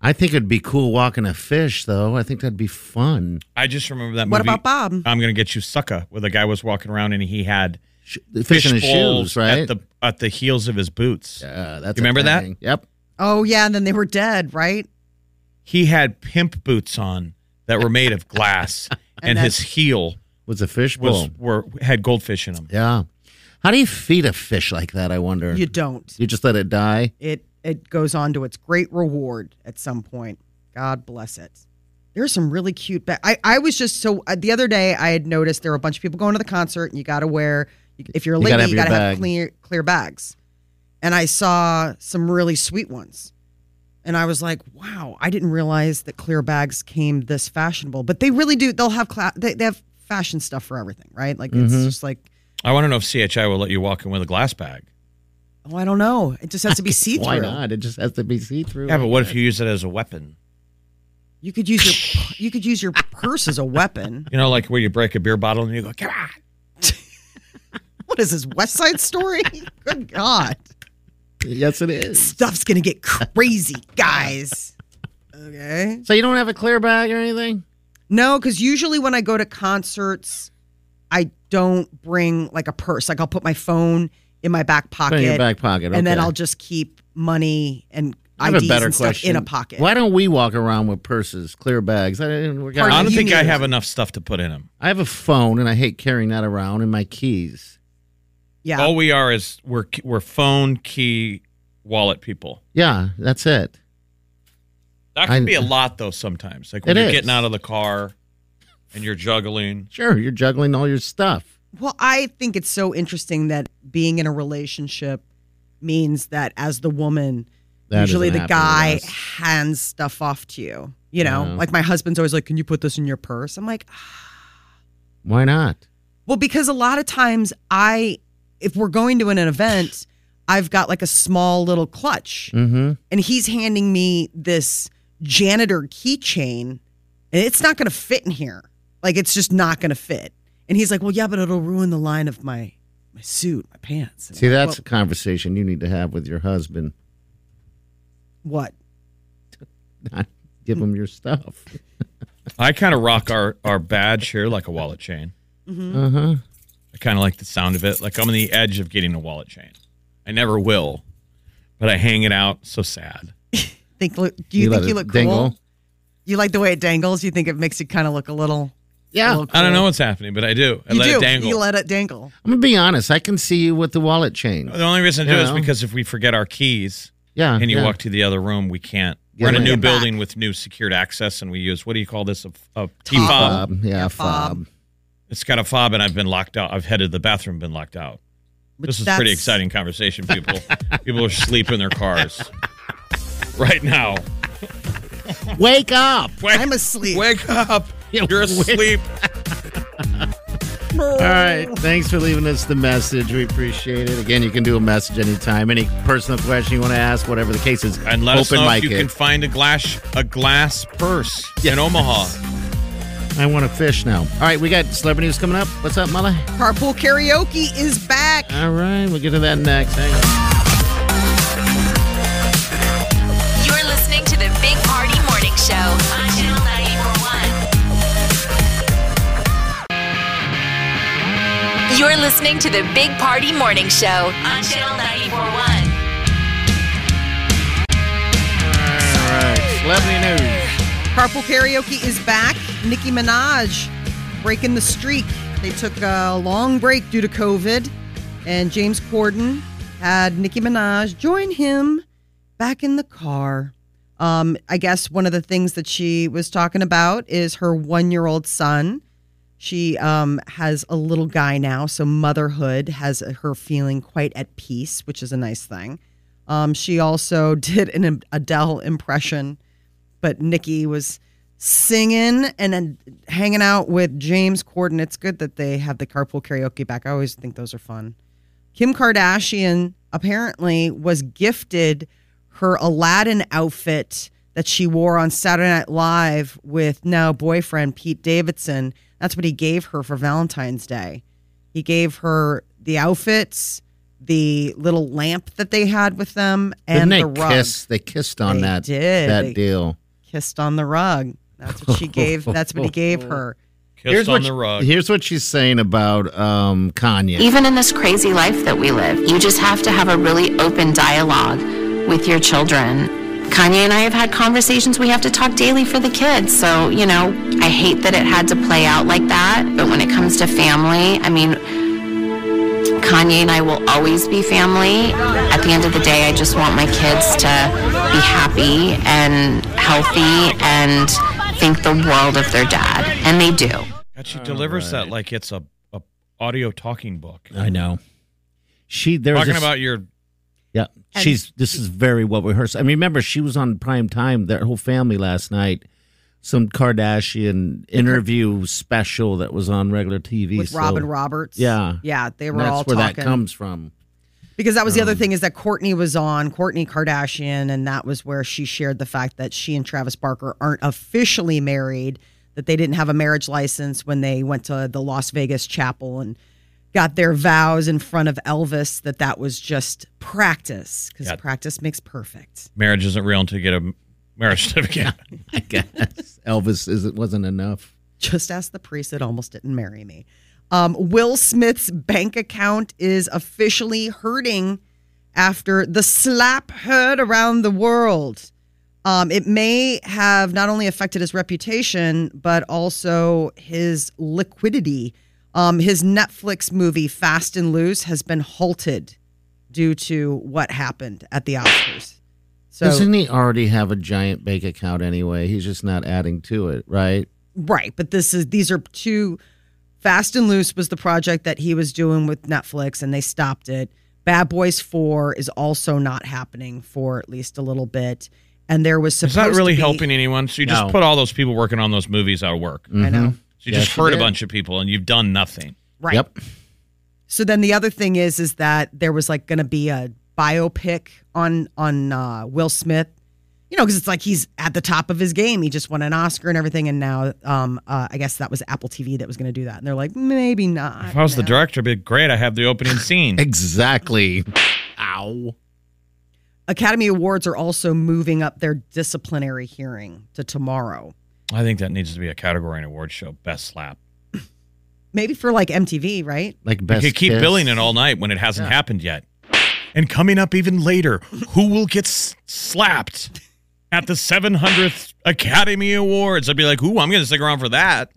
Speaker 4: I think it'd be cool walking a fish, though. I think that'd be fun.
Speaker 5: I just remember that
Speaker 6: What
Speaker 5: movie. Uh,
Speaker 6: about Bob?
Speaker 4: Mm-hmm.
Speaker 5: I'm gonna get you sucker, where the guy was walking around and he had
Speaker 4: Sh- the fish, in his
Speaker 5: bowls
Speaker 4: shoes, right?
Speaker 5: At the at the heels of his boots.
Speaker 4: yeah, that's
Speaker 5: You
Speaker 4: a
Speaker 5: remember that?
Speaker 4: thing. Yep.
Speaker 6: Oh yeah, and then they were dead, right?
Speaker 5: He had pimp boots on that were made of glass,
Speaker 6: And
Speaker 5: and, his heel
Speaker 4: Was a fish
Speaker 5: was
Speaker 4: bowl.
Speaker 5: were had goldfish in them.
Speaker 4: Yeah. How do you feed a fish like that? I wonder.
Speaker 6: You don't.
Speaker 4: You just let it die.
Speaker 6: It it goes on to its great reward at some point. God bless it. There's some really cute. Ba- I I was just so uh, the other day I had noticed there were a bunch of people going to the concert and you got to wear if you're a
Speaker 4: You
Speaker 6: lady
Speaker 4: gotta have
Speaker 6: you
Speaker 4: your
Speaker 6: got to have
Speaker 4: bag.
Speaker 6: clear clear bags. And I saw some really sweet ones. And I was like, wow, I didn't realize that clear bags came this fashionable. But they really do. They'll have cla- they, they have fashion stuff for everything, right? Like
Speaker 4: Mm-hmm.
Speaker 6: it's just like
Speaker 5: I want to know if CHI will let you walk in with a glass bag.
Speaker 6: oh, I don't know. It just has to be see
Speaker 4: Why
Speaker 6: through.
Speaker 4: not? It just has to be see through.
Speaker 5: Yeah, but what if you use it as a weapon?
Speaker 6: You could use your you could use your purse as a weapon.
Speaker 5: You know, like where you break a beer bottle and you go, come on.
Speaker 6: What is this West Side Story? Good God,
Speaker 4: Yes, it is.
Speaker 6: stuff's gonna get crazy, guys. Okay.
Speaker 4: So you don't have a clear bag or anything?
Speaker 6: No, because usually when I go to concerts, I don't bring like a purse. Like I'll put my phone in my back pocket,
Speaker 4: Put it in your back pocket.
Speaker 6: and then
Speaker 4: okay.
Speaker 6: I'll just keep money and
Speaker 4: I have
Speaker 6: IDs
Speaker 4: a better
Speaker 6: and stuff
Speaker 4: question.
Speaker 6: in a pocket.
Speaker 4: Why don't we walk around with purses, clear bags? I, didn't, we got,
Speaker 6: Pardon?
Speaker 5: I
Speaker 4: I,
Speaker 5: don't
Speaker 6: You
Speaker 5: think
Speaker 6: need
Speaker 5: I
Speaker 6: it.
Speaker 5: have enough stuff to put in them.
Speaker 4: have a phone and I hate carrying that around and my keys.
Speaker 6: Yeah.
Speaker 5: All we are is we're we're phone key wallet people.
Speaker 4: Yeah, that's it.
Speaker 5: That can
Speaker 4: I-
Speaker 5: be a lot though sometimes. Like when
Speaker 4: It
Speaker 5: you're
Speaker 4: is.
Speaker 5: getting out of the car and you're juggling.
Speaker 4: Sure, you're juggling all your stuff.
Speaker 6: Well, I think it's so interesting that being in a relationship means that as the woman,
Speaker 4: That
Speaker 6: usually
Speaker 4: doesn't
Speaker 6: the guy
Speaker 4: happen to
Speaker 6: hands stuff off to you. You know,
Speaker 4: Yeah.
Speaker 6: like my husband's always like, "Can you put this in your purse?" I'm like, "Ah."
Speaker 4: Why not?
Speaker 6: "Well, because a lot of times I, if we're going to an event, I've got like a small little clutch,
Speaker 4: Mm-hmm.
Speaker 6: and he's handing me this janitor keychain, and it's not going to fit in here. Like it's just not going to fit." And he's like, "Well, yeah, but it'll ruin the line of my my suit, my pants." And
Speaker 4: See,
Speaker 6: I'm like,
Speaker 4: that's a conversation you need to have with your husband.
Speaker 6: "Well, what.
Speaker 4: Not give him your stuff.
Speaker 5: I kind of rock our our badge here like a wallet chain.
Speaker 6: Mm-hmm.
Speaker 4: Uh huh.
Speaker 5: I kind of like the sound of it. Like I'm on the edge of getting a wallet chain. I never will, but I hang it out. So sad.
Speaker 6: Think? Do you,
Speaker 5: You let
Speaker 6: think
Speaker 5: it
Speaker 6: you look
Speaker 5: dangle?
Speaker 6: cool? You like the way it dangles? You think it makes you kind of look a little? Yeah.
Speaker 5: I don't know what's happening, but I do. I
Speaker 6: you
Speaker 5: let
Speaker 6: do.
Speaker 5: it dangle.
Speaker 6: You let it dangle.
Speaker 4: I'm gonna be honest. I can see you with the wallet chain.
Speaker 5: the only reason I do
Speaker 4: You
Speaker 5: is
Speaker 4: know?
Speaker 5: because if we forget our keys,
Speaker 4: Yeah,
Speaker 5: Uh, and you
Speaker 4: yeah.
Speaker 5: walk to the other room, we can't.
Speaker 4: Yeah,
Speaker 5: We're in a
Speaker 4: right.
Speaker 5: new
Speaker 4: Get
Speaker 6: back.
Speaker 5: building with new secured access, and we use what do you call this? A, a T
Speaker 4: Fob.
Speaker 5: fob.
Speaker 4: Yeah, fob.
Speaker 5: It's got a fob, and I've been locked out. I've headed to the bathroom, been locked out. this is
Speaker 6: that's-
Speaker 5: pretty exciting conversation, people. people are asleep in their cars right now.
Speaker 4: Wake up.
Speaker 5: Wake,
Speaker 6: I'm asleep.
Speaker 5: Wake up! You're asleep.
Speaker 4: All right. Thanks for leaving us the message. We appreciate it. Again, you can do a message anytime. Any personal question you want to ask, whatever the case is.
Speaker 5: And let us
Speaker 4: open
Speaker 5: know
Speaker 4: mic
Speaker 5: if you
Speaker 4: it.
Speaker 5: can find a glass a glass purse in Omaha.
Speaker 4: I want to fish now. All right, we got celebrity news coming up. What's up, Molly?
Speaker 6: Carpool karaoke is back.
Speaker 4: All right, we'll get to that next. Hang on.
Speaker 3: You're listening to the Big Party Morning Show on Channel 941. You're listening to the Big Party Morning Show on Channel 941.
Speaker 4: All right, celebrity news.
Speaker 6: Carpool karaoke is back. Nicki Minaj breaking the streak. They took a long break due to COVID, and James Corden had Nicki Minaj join him back in the car. Um, I guess one of the things that she was talking about is her one year old son. She um, has a little guy now, so motherhood has her feeling quite at peace, which is a nice thing. Um, she also did an Adele impression but Nikki was singing and then hanging out with James Corden. It's good that they have the carpool karaoke back. I always think those are fun. Kim Kardashian apparently was gifted her Aladdin outfit that she wore on Saturday Night Live with now boyfriend Pete Davidson. That's what he gave her for Valentine's Day. He gave her the outfits, the little lamp that they had with them, and the
Speaker 4: Didn't they
Speaker 6: rug
Speaker 4: kiss? They kissed on
Speaker 6: They
Speaker 4: that
Speaker 6: did.
Speaker 4: that
Speaker 6: They-
Speaker 4: deal.
Speaker 6: kissed on the rug. That's what she gave. That's what he gave her.
Speaker 5: Kissed on
Speaker 4: what
Speaker 5: the
Speaker 4: she-
Speaker 5: rug.
Speaker 4: here's what she's saying about um, Kanye.
Speaker 13: Even in this crazy life that we live, you just have to have a really open dialogue with your children. Kanye and I have had conversations we have to talk daily for the kids. So, you know, I hate that it had to play out like that. But when it comes to family, I mean, Kanye and I will always be family. At the end of the day, I just want my kids to be happy and healthy and think the world of their dad. And they do.
Speaker 5: God, she delivers that like it's a, a audio talking book.
Speaker 4: I know. She there's
Speaker 5: Talking
Speaker 4: a-
Speaker 5: about your
Speaker 4: Yeah,
Speaker 6: And-
Speaker 4: she's. This is very well rehearsed. I mean, remember she was on prime time. Their whole family last night. Some Kardashian interview special that was on regular TV
Speaker 6: With
Speaker 4: so-
Speaker 6: Robin Roberts.
Speaker 4: Yeah.
Speaker 6: Yeah. They
Speaker 4: and
Speaker 6: were
Speaker 4: that's
Speaker 6: all
Speaker 4: where
Speaker 6: talking.
Speaker 4: that comes from.
Speaker 6: because that was the other
Speaker 4: um,
Speaker 6: thing is that Courtney was on, Courtney Kardashian, and that was where she shared the fact that she and Travis Barker aren't officially married, that they didn't have a marriage license when they went to the Las Vegas chapel and got their vows in front of Elvis, that that was just practice because
Speaker 5: Yeah.
Speaker 6: practice makes perfect.
Speaker 5: marriage isn't real until you get a marriage certificate.
Speaker 4: I guess Elvis is it wasn't enough.
Speaker 6: Just ask the priest that almost didn't marry me. Um, Will Smith's bank account is officially hurting after the slap heard around the world. Um, it may have not only affected his reputation, but also his liquidity. Um, his Netflix movie, Fast and Loose, has been halted due to what happened at the Oscars. So
Speaker 4: Doesn't he already have a giant bank account anyway? He's just not adding to it, right?
Speaker 6: Right, but this is these are two. Fast and Loose was the project that he was doing with Netflix, and they stopped it. Bad Boys Four is also not happening for at least a little bit, and there was
Speaker 5: It's
Speaker 6: supposed
Speaker 5: not really
Speaker 6: to be,
Speaker 5: helping anyone. So you
Speaker 6: No.
Speaker 5: just put all those people working on those movies out of work.
Speaker 6: I know. Mhm.
Speaker 5: So you
Speaker 6: Yes,
Speaker 5: just
Speaker 6: you
Speaker 5: hurt a
Speaker 6: did.
Speaker 5: bunch of people and you've done nothing.
Speaker 6: Right. Yep. So then the other thing is is that there was like going to be a biopic on on uh, Will Smith, you know, because it's like he's at the top of his game. He just won an Oscar and everything, and now um, uh, I guess that was Apple TV that was going to do that, and they're like maybe not.
Speaker 5: If I was the director, it'd be great. I have the opening scene.
Speaker 4: exactly. Ow.
Speaker 6: Academy Awards are also moving up their disciplinary hearing to tomorrow,
Speaker 5: I think that needs to be a category and award show. Best slap.
Speaker 6: maybe for like MTV, right?
Speaker 4: Like
Speaker 5: You could keep billing it all night when it hasn't happened yet. And coming up even later, who will get s- slapped at the 700th Academy Awards? I'd be like, ooh, I'm going to stick around for that.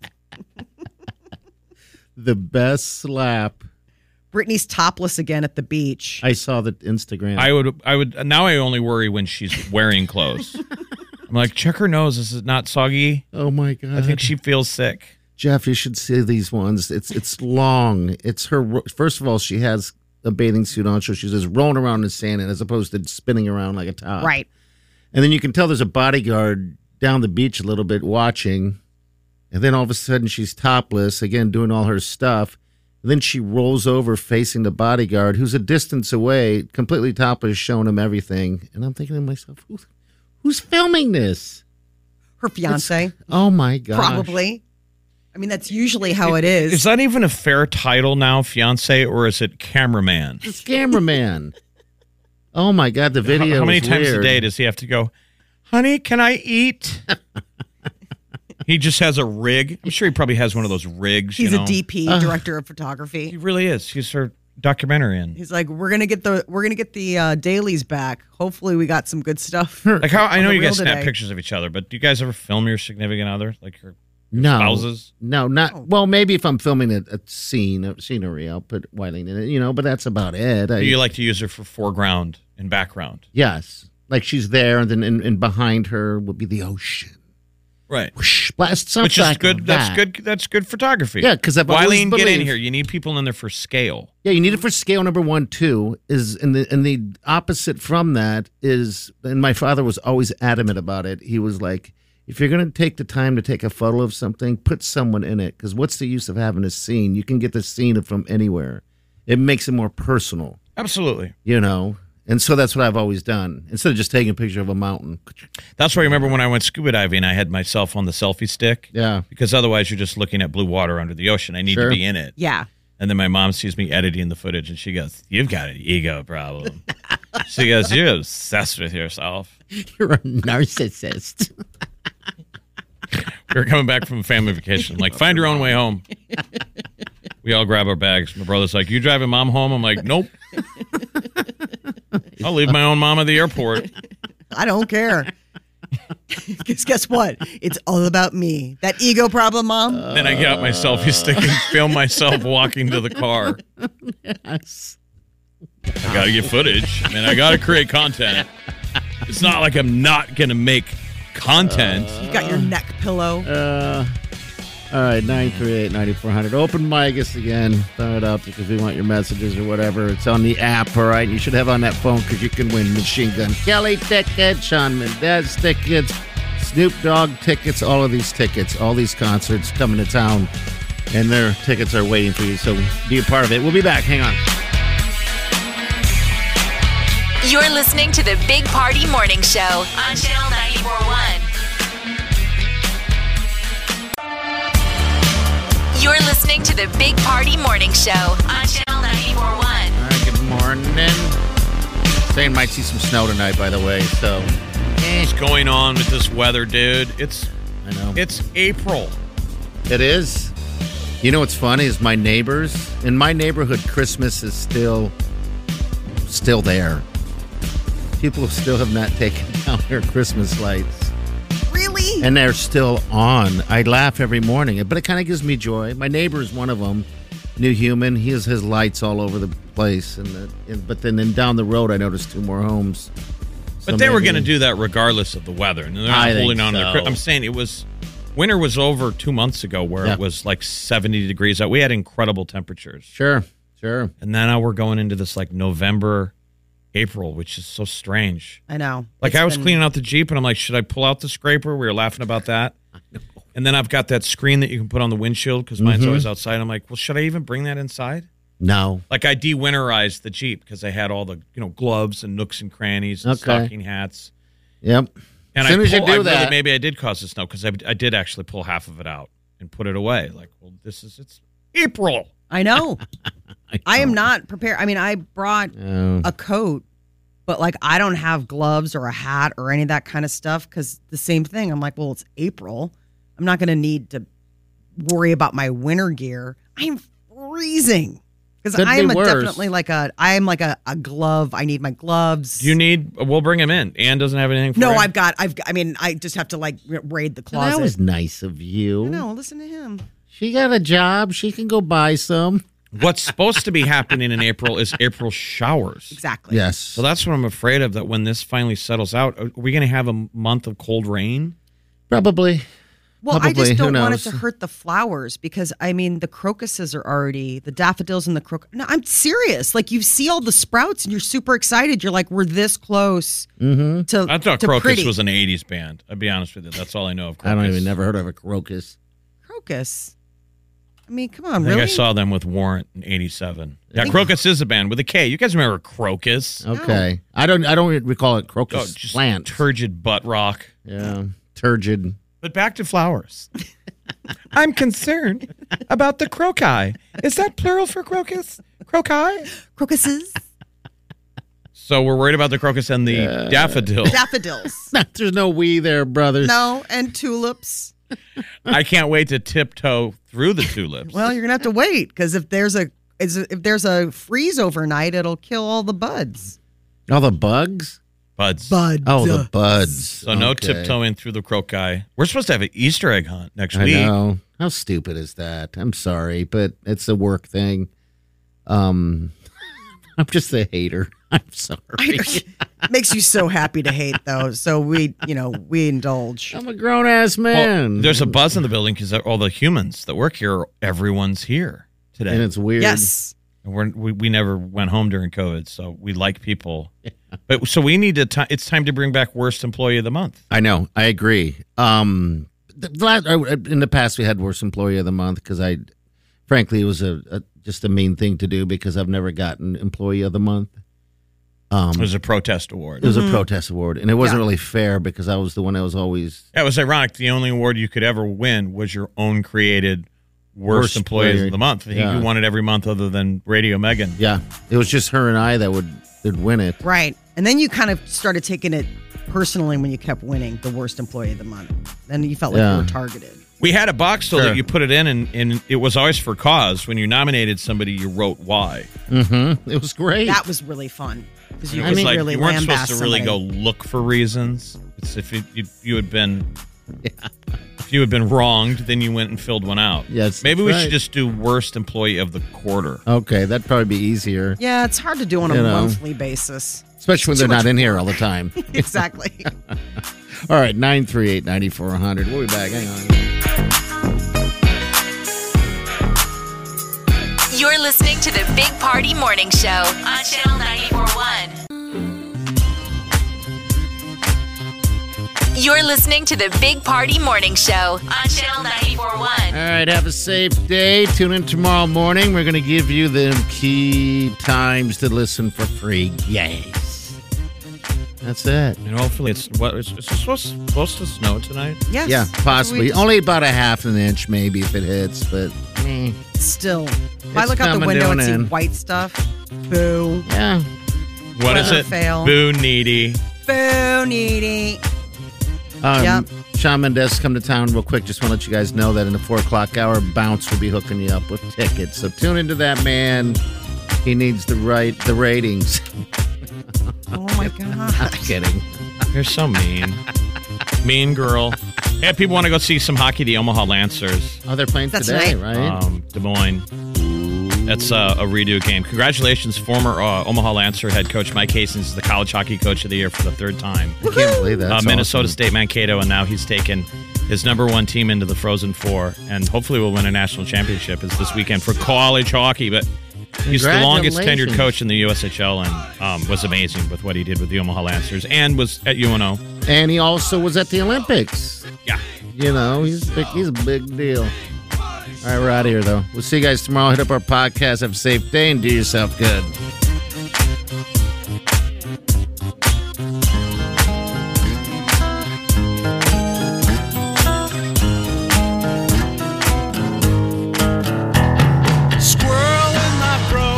Speaker 4: The best slap.
Speaker 6: Britney's topless again at the beach.
Speaker 4: I saw the Instagram.
Speaker 5: I would, I would, now I only worry when she's wearing clothes. I'm like, check her nose. This is not soggy.
Speaker 4: Oh my God.
Speaker 5: I think she feels sick.
Speaker 4: Jeff, you should see these ones. It's it's long. It's her. ro- First of all, she has a bathing suit on, so she's just rolling around in sand as opposed to spinning around like a
Speaker 5: uh,
Speaker 4: top.
Speaker 6: Right.
Speaker 4: And then you can tell there's a bodyguard down the beach a little bit watching. And then all of a sudden she's topless again, doing all her stuff. And then she rolls over facing the bodyguard, who's a distance away, completely topless, showing him everything. And I'm thinking to myself, Who, who's filming this?
Speaker 6: Her fiance,
Speaker 4: Oh my god!
Speaker 6: probably. I mean, that's usually how it is.
Speaker 5: Is that even a fair title now, fiance, or is it cameraman?
Speaker 4: It's cameraman. oh my god, the video.
Speaker 5: How, how many
Speaker 4: was
Speaker 5: times a
Speaker 4: weird.
Speaker 5: day does he have to go? Honey, can I eat? He just has a rig. I'm sure he probably has one of those rigs.
Speaker 6: He's
Speaker 5: you know?
Speaker 6: a DP,
Speaker 5: Ugh.
Speaker 6: director of photography.
Speaker 5: He really is. He's her documentary in.
Speaker 6: He's like, we're gonna get the we're gonna get the uh, dailies back. Hopefully, we got some good stuff.
Speaker 5: Like how I
Speaker 6: on
Speaker 5: know
Speaker 6: the
Speaker 5: you guys
Speaker 6: reel
Speaker 5: snap
Speaker 6: today.
Speaker 5: pictures of each other, but do you guys ever film your significant other, like your
Speaker 4: No
Speaker 5: spouses?
Speaker 4: No, not well. Maybe if I'm filming a, a scene, a scenery, I'll put Wiley in it. You know, but that's about it. I-
Speaker 5: Do you like to use her for foreground and background?
Speaker 4: yes, like she's there, and then and, and behind her would be the ocean.
Speaker 5: Right.
Speaker 4: Blast something.
Speaker 5: Which is good. That's
Speaker 4: that.
Speaker 5: good. That's good photography.
Speaker 4: Yeah, 'cause I've always
Speaker 5: Wileen, get in
Speaker 4: believed-
Speaker 5: here. You need people in there for scale.
Speaker 4: Yeah, you need it for scale number one, too, is and the and the opposite from that is and my father was always adamant about it. He was like, if you're gonna take the time to take a photo of something, put someone in it. Because what's the use of having a scene? You can get the scene from anywhere. It makes it more personal,
Speaker 5: Absolutely.
Speaker 4: you know? And so that's what I've always done. Instead of just taking a picture of a mountain.
Speaker 5: That's why I remember when I went scuba diving, I had myself on the selfie stick.
Speaker 4: Yeah.
Speaker 5: Because otherwise, you're just looking at blue water under the ocean. I need
Speaker 4: Sure.
Speaker 5: to be in it.
Speaker 6: Yeah.
Speaker 5: And then my mom sees me editing the footage, and she goes, "You've got an ego problem." she goes, "You're obsessed with yourself."
Speaker 4: You're a narcissist.
Speaker 5: We were coming back from a family vacation. I'm like, find your own way home. We all grab our bags. My brother's like, You driving mom home? I'm like, Nope. I'll leave my own mom at the airport.
Speaker 6: I don't care. Because guess what? It's all about me. That ego problem, mom.
Speaker 5: Then I get out my selfie stick and film myself walking to the car.
Speaker 4: yes.
Speaker 5: I gotta get footage. and I gotta create content. It's not like I'm not gonna make content.
Speaker 6: you got your neck pillow.
Speaker 4: Uh, all right, 938 9400. Open mic us again. Throw it up because we want your messages or whatever. It's on the app, all right? You should have on that phone because you can win Machine Gun Kelly tickets, Sean Mendez tickets, Snoop Dogg tickets, all of these tickets, all these concerts coming to town. And their tickets are waiting for you. So be a part of it. We'll be back. Hang on.
Speaker 3: You're listening to the Big Party Morning Show on Channel 941. You're listening to the Big Party Morning Show on Channel 941.
Speaker 4: All right, good morning. Saying might see some snow tonight, by the way. So,
Speaker 5: What's going on with this weather, dude? It's
Speaker 4: I know.
Speaker 5: it's April.
Speaker 4: It is. You know what's funny is my neighbors in my neighborhood. Christmas is still, still there. People still have not taken down their Christmas lights,
Speaker 6: Really?
Speaker 4: and they're still on. I laugh every morning, but it kind of gives me joy. My neighbor is one of them, new human. He has his lights all over the place, and, the, and but then and down the road, I noticed two more homes.
Speaker 5: But But they were going to do that regardless of the weather, and they're not
Speaker 4: I think
Speaker 5: holding on to their.
Speaker 4: so.
Speaker 5: cri- I'm saying it was winter was over two months ago, where
Speaker 4: Yeah.
Speaker 5: it was like 70 degrees out. We had incredible temperatures.
Speaker 4: Sure, sure.
Speaker 5: And then now we're going into this like November, April, which is so strange.
Speaker 6: I know.
Speaker 5: Like
Speaker 6: It's
Speaker 5: I was
Speaker 6: been-
Speaker 5: cleaning out the Jeep and I'm like, should I pull out the scraper? We were laughing about that. And then I've got that screen that you can put on the windshield because mine's
Speaker 4: Mhm.
Speaker 5: always outside. I'm like, well, should I even bring that inside?
Speaker 4: No.
Speaker 5: Like I de-winterized the Jeep because I had all the you know gloves and nooks and crannies and
Speaker 4: Okay.
Speaker 5: stocking hats.
Speaker 4: Yep.
Speaker 5: And
Speaker 4: as soon
Speaker 5: I
Speaker 4: as you
Speaker 5: pull-
Speaker 4: do
Speaker 5: I really-
Speaker 4: that,
Speaker 5: maybe I did cause the snow because I, I did actually pull half of it out and put it away. Like, well, this is it's April.
Speaker 6: I know. I,
Speaker 4: Oh.
Speaker 6: am not prepared. I mean, I brought
Speaker 5: Oh.
Speaker 6: a coat, but like I don't have gloves or a hat or any of that kind of stuff because the same thing. I'm like, well, it's April. I'm not going to need to worry about my winter gear. I'm freezing because
Speaker 5: Could
Speaker 6: I
Speaker 5: be
Speaker 6: am a
Speaker 5: worse.
Speaker 6: definitely like a I am like a, a glove. I need my gloves.
Speaker 5: Do you need? We'll bring him in. Ann doesn't have anything. For
Speaker 6: No,
Speaker 5: him?
Speaker 6: I've got I've I mean I just have to like ra- raid the
Speaker 4: Well,
Speaker 6: closet.
Speaker 4: That was nice of you.
Speaker 6: no, listen to him.
Speaker 4: She got a job. She can go buy some.
Speaker 5: What's supposed to be happening in April is April showers.
Speaker 6: Exactly.
Speaker 4: Yes.
Speaker 5: So that's what I'm afraid of. That when this finally settles out, are we going to have a month of cold rain?
Speaker 4: Probably.
Speaker 6: Well, I
Speaker 4: Probably.
Speaker 6: just
Speaker 4: Who
Speaker 6: don't want it to
Speaker 4: knows?
Speaker 6: hurt the flowers because I mean the crocuses are already the daffodils and the croc. No, I'm serious. Like you see all the sprouts and you're super excited. You're like, we're this close
Speaker 4: Mm-hmm.
Speaker 6: to.
Speaker 5: I thought
Speaker 6: to
Speaker 5: Crocus
Speaker 6: pretty.
Speaker 5: was an '80s band. I'll be honest with you. That's all I know of. Crocus.
Speaker 4: I don't even never heard of a crocus.
Speaker 6: crocus. I mean, come
Speaker 5: I
Speaker 6: on,
Speaker 5: think
Speaker 6: really?
Speaker 5: I saw them with Warrant in '87. Yeah,
Speaker 4: Think-
Speaker 5: Crocus is a band with a K. You guys remember Crocus?
Speaker 4: Oh, Okay. I don't. I don't recall it.
Speaker 5: Oh,
Speaker 4: Crocus
Speaker 5: just
Speaker 4: plant.
Speaker 5: turgid butt rock.
Speaker 4: yeah. Turgid.
Speaker 5: But back to flowers. I'm concerned about the croci. Is that plural for crocus? Croci?
Speaker 6: Crocuses,
Speaker 5: So we're worried about the crocus and the
Speaker 4: Uh,
Speaker 5: daffodil.
Speaker 6: daffodils.
Speaker 4: There's no we there, brothers.
Speaker 6: no, and tulips.
Speaker 5: I can't wait to tiptoe through the tulips.
Speaker 6: Well, you're gonna have to wait because if there's a is- if there's a freeze overnight, it'll kill all the buds.
Speaker 4: All Oh, the bugs.
Speaker 5: Buds.
Speaker 6: Buds.
Speaker 4: Oh, the buds.
Speaker 5: So no
Speaker 4: Okay.
Speaker 5: tiptoeing through the croci. We're supposed to have an Easter egg hunt next
Speaker 4: I
Speaker 5: week.
Speaker 4: know. How stupid is that? I'm sorry, but it's a work thing. Um, I'm just a hater. I'm sorry.
Speaker 6: Makes you so happy to hate though. So we, you know, we indulge.
Speaker 4: I'm a grown ass man.
Speaker 5: Well, there's a buzz in the building because all the humans that work here, everyone's here today.
Speaker 4: and it's weird.
Speaker 6: Yes.
Speaker 5: And we're, we we never went home during COVID, so we like people. But so we need to. Ti- it's time to bring back worst employee of the month.
Speaker 4: I know. I agree. Um, the the last, I- in the past, we had worst employee of the month because I, frankly, it was a, a just a mean thing to do because I've never gotten employee of the month. Um,
Speaker 5: It was a protest award.
Speaker 4: it was a protest award, and it wasn't
Speaker 6: Mm-hmm. Yeah.
Speaker 4: really fair because I was the one that was always
Speaker 5: That was ironic. The only award you could ever win was your own created worst,
Speaker 4: Worst
Speaker 5: employees
Speaker 4: player.
Speaker 5: of the month. He
Speaker 4: Yeah.
Speaker 5: you won it every month other than Radio Megan.
Speaker 4: yeah. It was just her and I that would would win it.
Speaker 6: Right. And then you kind of started taking it personally when you kept winning the worst employee of the month. Then you felt like
Speaker 4: Yeah.
Speaker 6: you were targeted.
Speaker 5: We had a box though
Speaker 4: Sure.
Speaker 5: that you put it in, and, and it was always for cause. When you nominated somebody, you wrote why.
Speaker 4: Mm-hmm. It was great.
Speaker 6: That was really fun because you
Speaker 5: It
Speaker 6: could
Speaker 5: was like
Speaker 6: really
Speaker 5: you weren't
Speaker 6: lambast
Speaker 5: supposed to really
Speaker 6: somebody.
Speaker 5: go look for reasons. It's if you you, you had been if you had been wronged, then you went and filled one out.
Speaker 4: Yes,
Speaker 5: maybe
Speaker 4: that's
Speaker 5: we
Speaker 4: right.
Speaker 5: should just do worst employee of the quarter.
Speaker 4: okay, that'd probably be easier,
Speaker 6: Yeah, it's hard to do on a
Speaker 4: You know.
Speaker 6: monthly basis.
Speaker 4: especially when
Speaker 6: Too
Speaker 4: they're
Speaker 6: much
Speaker 4: not in here all the time.
Speaker 6: Exactly.
Speaker 4: all right, nine three eight ninety four hundred. We'll be back. Hang on.
Speaker 3: You're listening to the Big Party Morning Show on Channel 941. You're listening to the Big Party Morning Show on Channel 941.
Speaker 4: All right, have a safe day. Tune in tomorrow morning. We're going to give you the key times to listen for free. Yes. That's it.
Speaker 5: And hopefully, it's what it's, it's supposed supposed to snow tonight.
Speaker 6: Yes.
Speaker 4: Yeah,
Speaker 6: That's what
Speaker 4: possibly.
Speaker 6: we-
Speaker 4: Only about a half an inch, maybe, if it hits, but
Speaker 6: Mm.
Speaker 4: eh.
Speaker 6: Still. If I
Speaker 4: It's
Speaker 6: look out the
Speaker 4: coming
Speaker 6: window
Speaker 4: down
Speaker 6: and see
Speaker 4: in.
Speaker 6: white stuff. Boo.
Speaker 4: yeah.
Speaker 5: What is
Speaker 6: Weather
Speaker 5: it?
Speaker 6: fail.
Speaker 5: Boo needy.
Speaker 6: Boo needy.
Speaker 4: Um,
Speaker 6: Yep.
Speaker 4: Sean Mendes come to town real quick. Just want to let you guys know that in the four o'clock hour, Bounce will be hooking you up with tickets. So tune into that man. He needs the right the ratings.
Speaker 6: Oh my god.
Speaker 4: Kidding.
Speaker 5: You're so mean, mean girl. Yeah, people want to go see some hockey. The Omaha Lancers,
Speaker 4: Oh, they're playing
Speaker 6: That's
Speaker 4: today,
Speaker 6: right.
Speaker 4: right?
Speaker 5: um, Des Moines. That's uh, a redo game. Congratulations, former uh, Omaha Lancer head coach Mike Hastings is the college hockey coach of the year for the third time.
Speaker 4: I can't believe that.
Speaker 5: Uh,
Speaker 4: That's
Speaker 5: Minnesota
Speaker 4: awesome.
Speaker 5: State Mankato, and now he's taken his number one team into the Frozen Four, and hopefully will win a national championship. Is this weekend for college hockey, but he's the longest tenured
Speaker 4: Congratulations.
Speaker 5: coach in the USHL, and um, was amazing with what he did with the Omaha Lancers, and was at UNO.
Speaker 4: And he also was at the Olympics.
Speaker 5: Yeah.
Speaker 4: You know, he's a big, he's a big deal. All right, we're out of here, though. We'll see you guys tomorrow. Hit up our podcast. Have a safe day and do yourself good.
Speaker 1: Squirrel in my fro.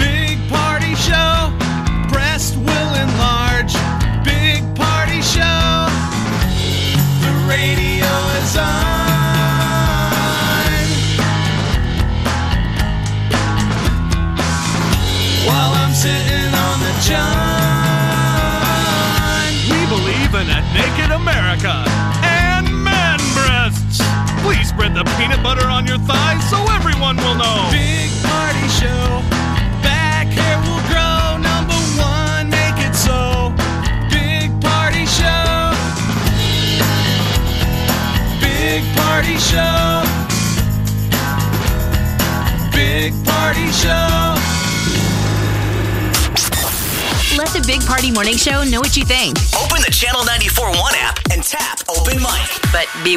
Speaker 1: Big party show. Breast will enlarge. Big party show. The radio is on. While I'm sitting on the john.
Speaker 2: We believe in a naked America and man breasts. Please spread the peanut butter on your thighs so everyone will know.
Speaker 1: Big party show. Back hair will grow. Number one, make it so. Big party show. Big party show. Big party show.
Speaker 3: Let the Big Party Morning Show know what you think.
Speaker 8: Open the Channel 94.1 app and tap Open Mic.
Speaker 3: But be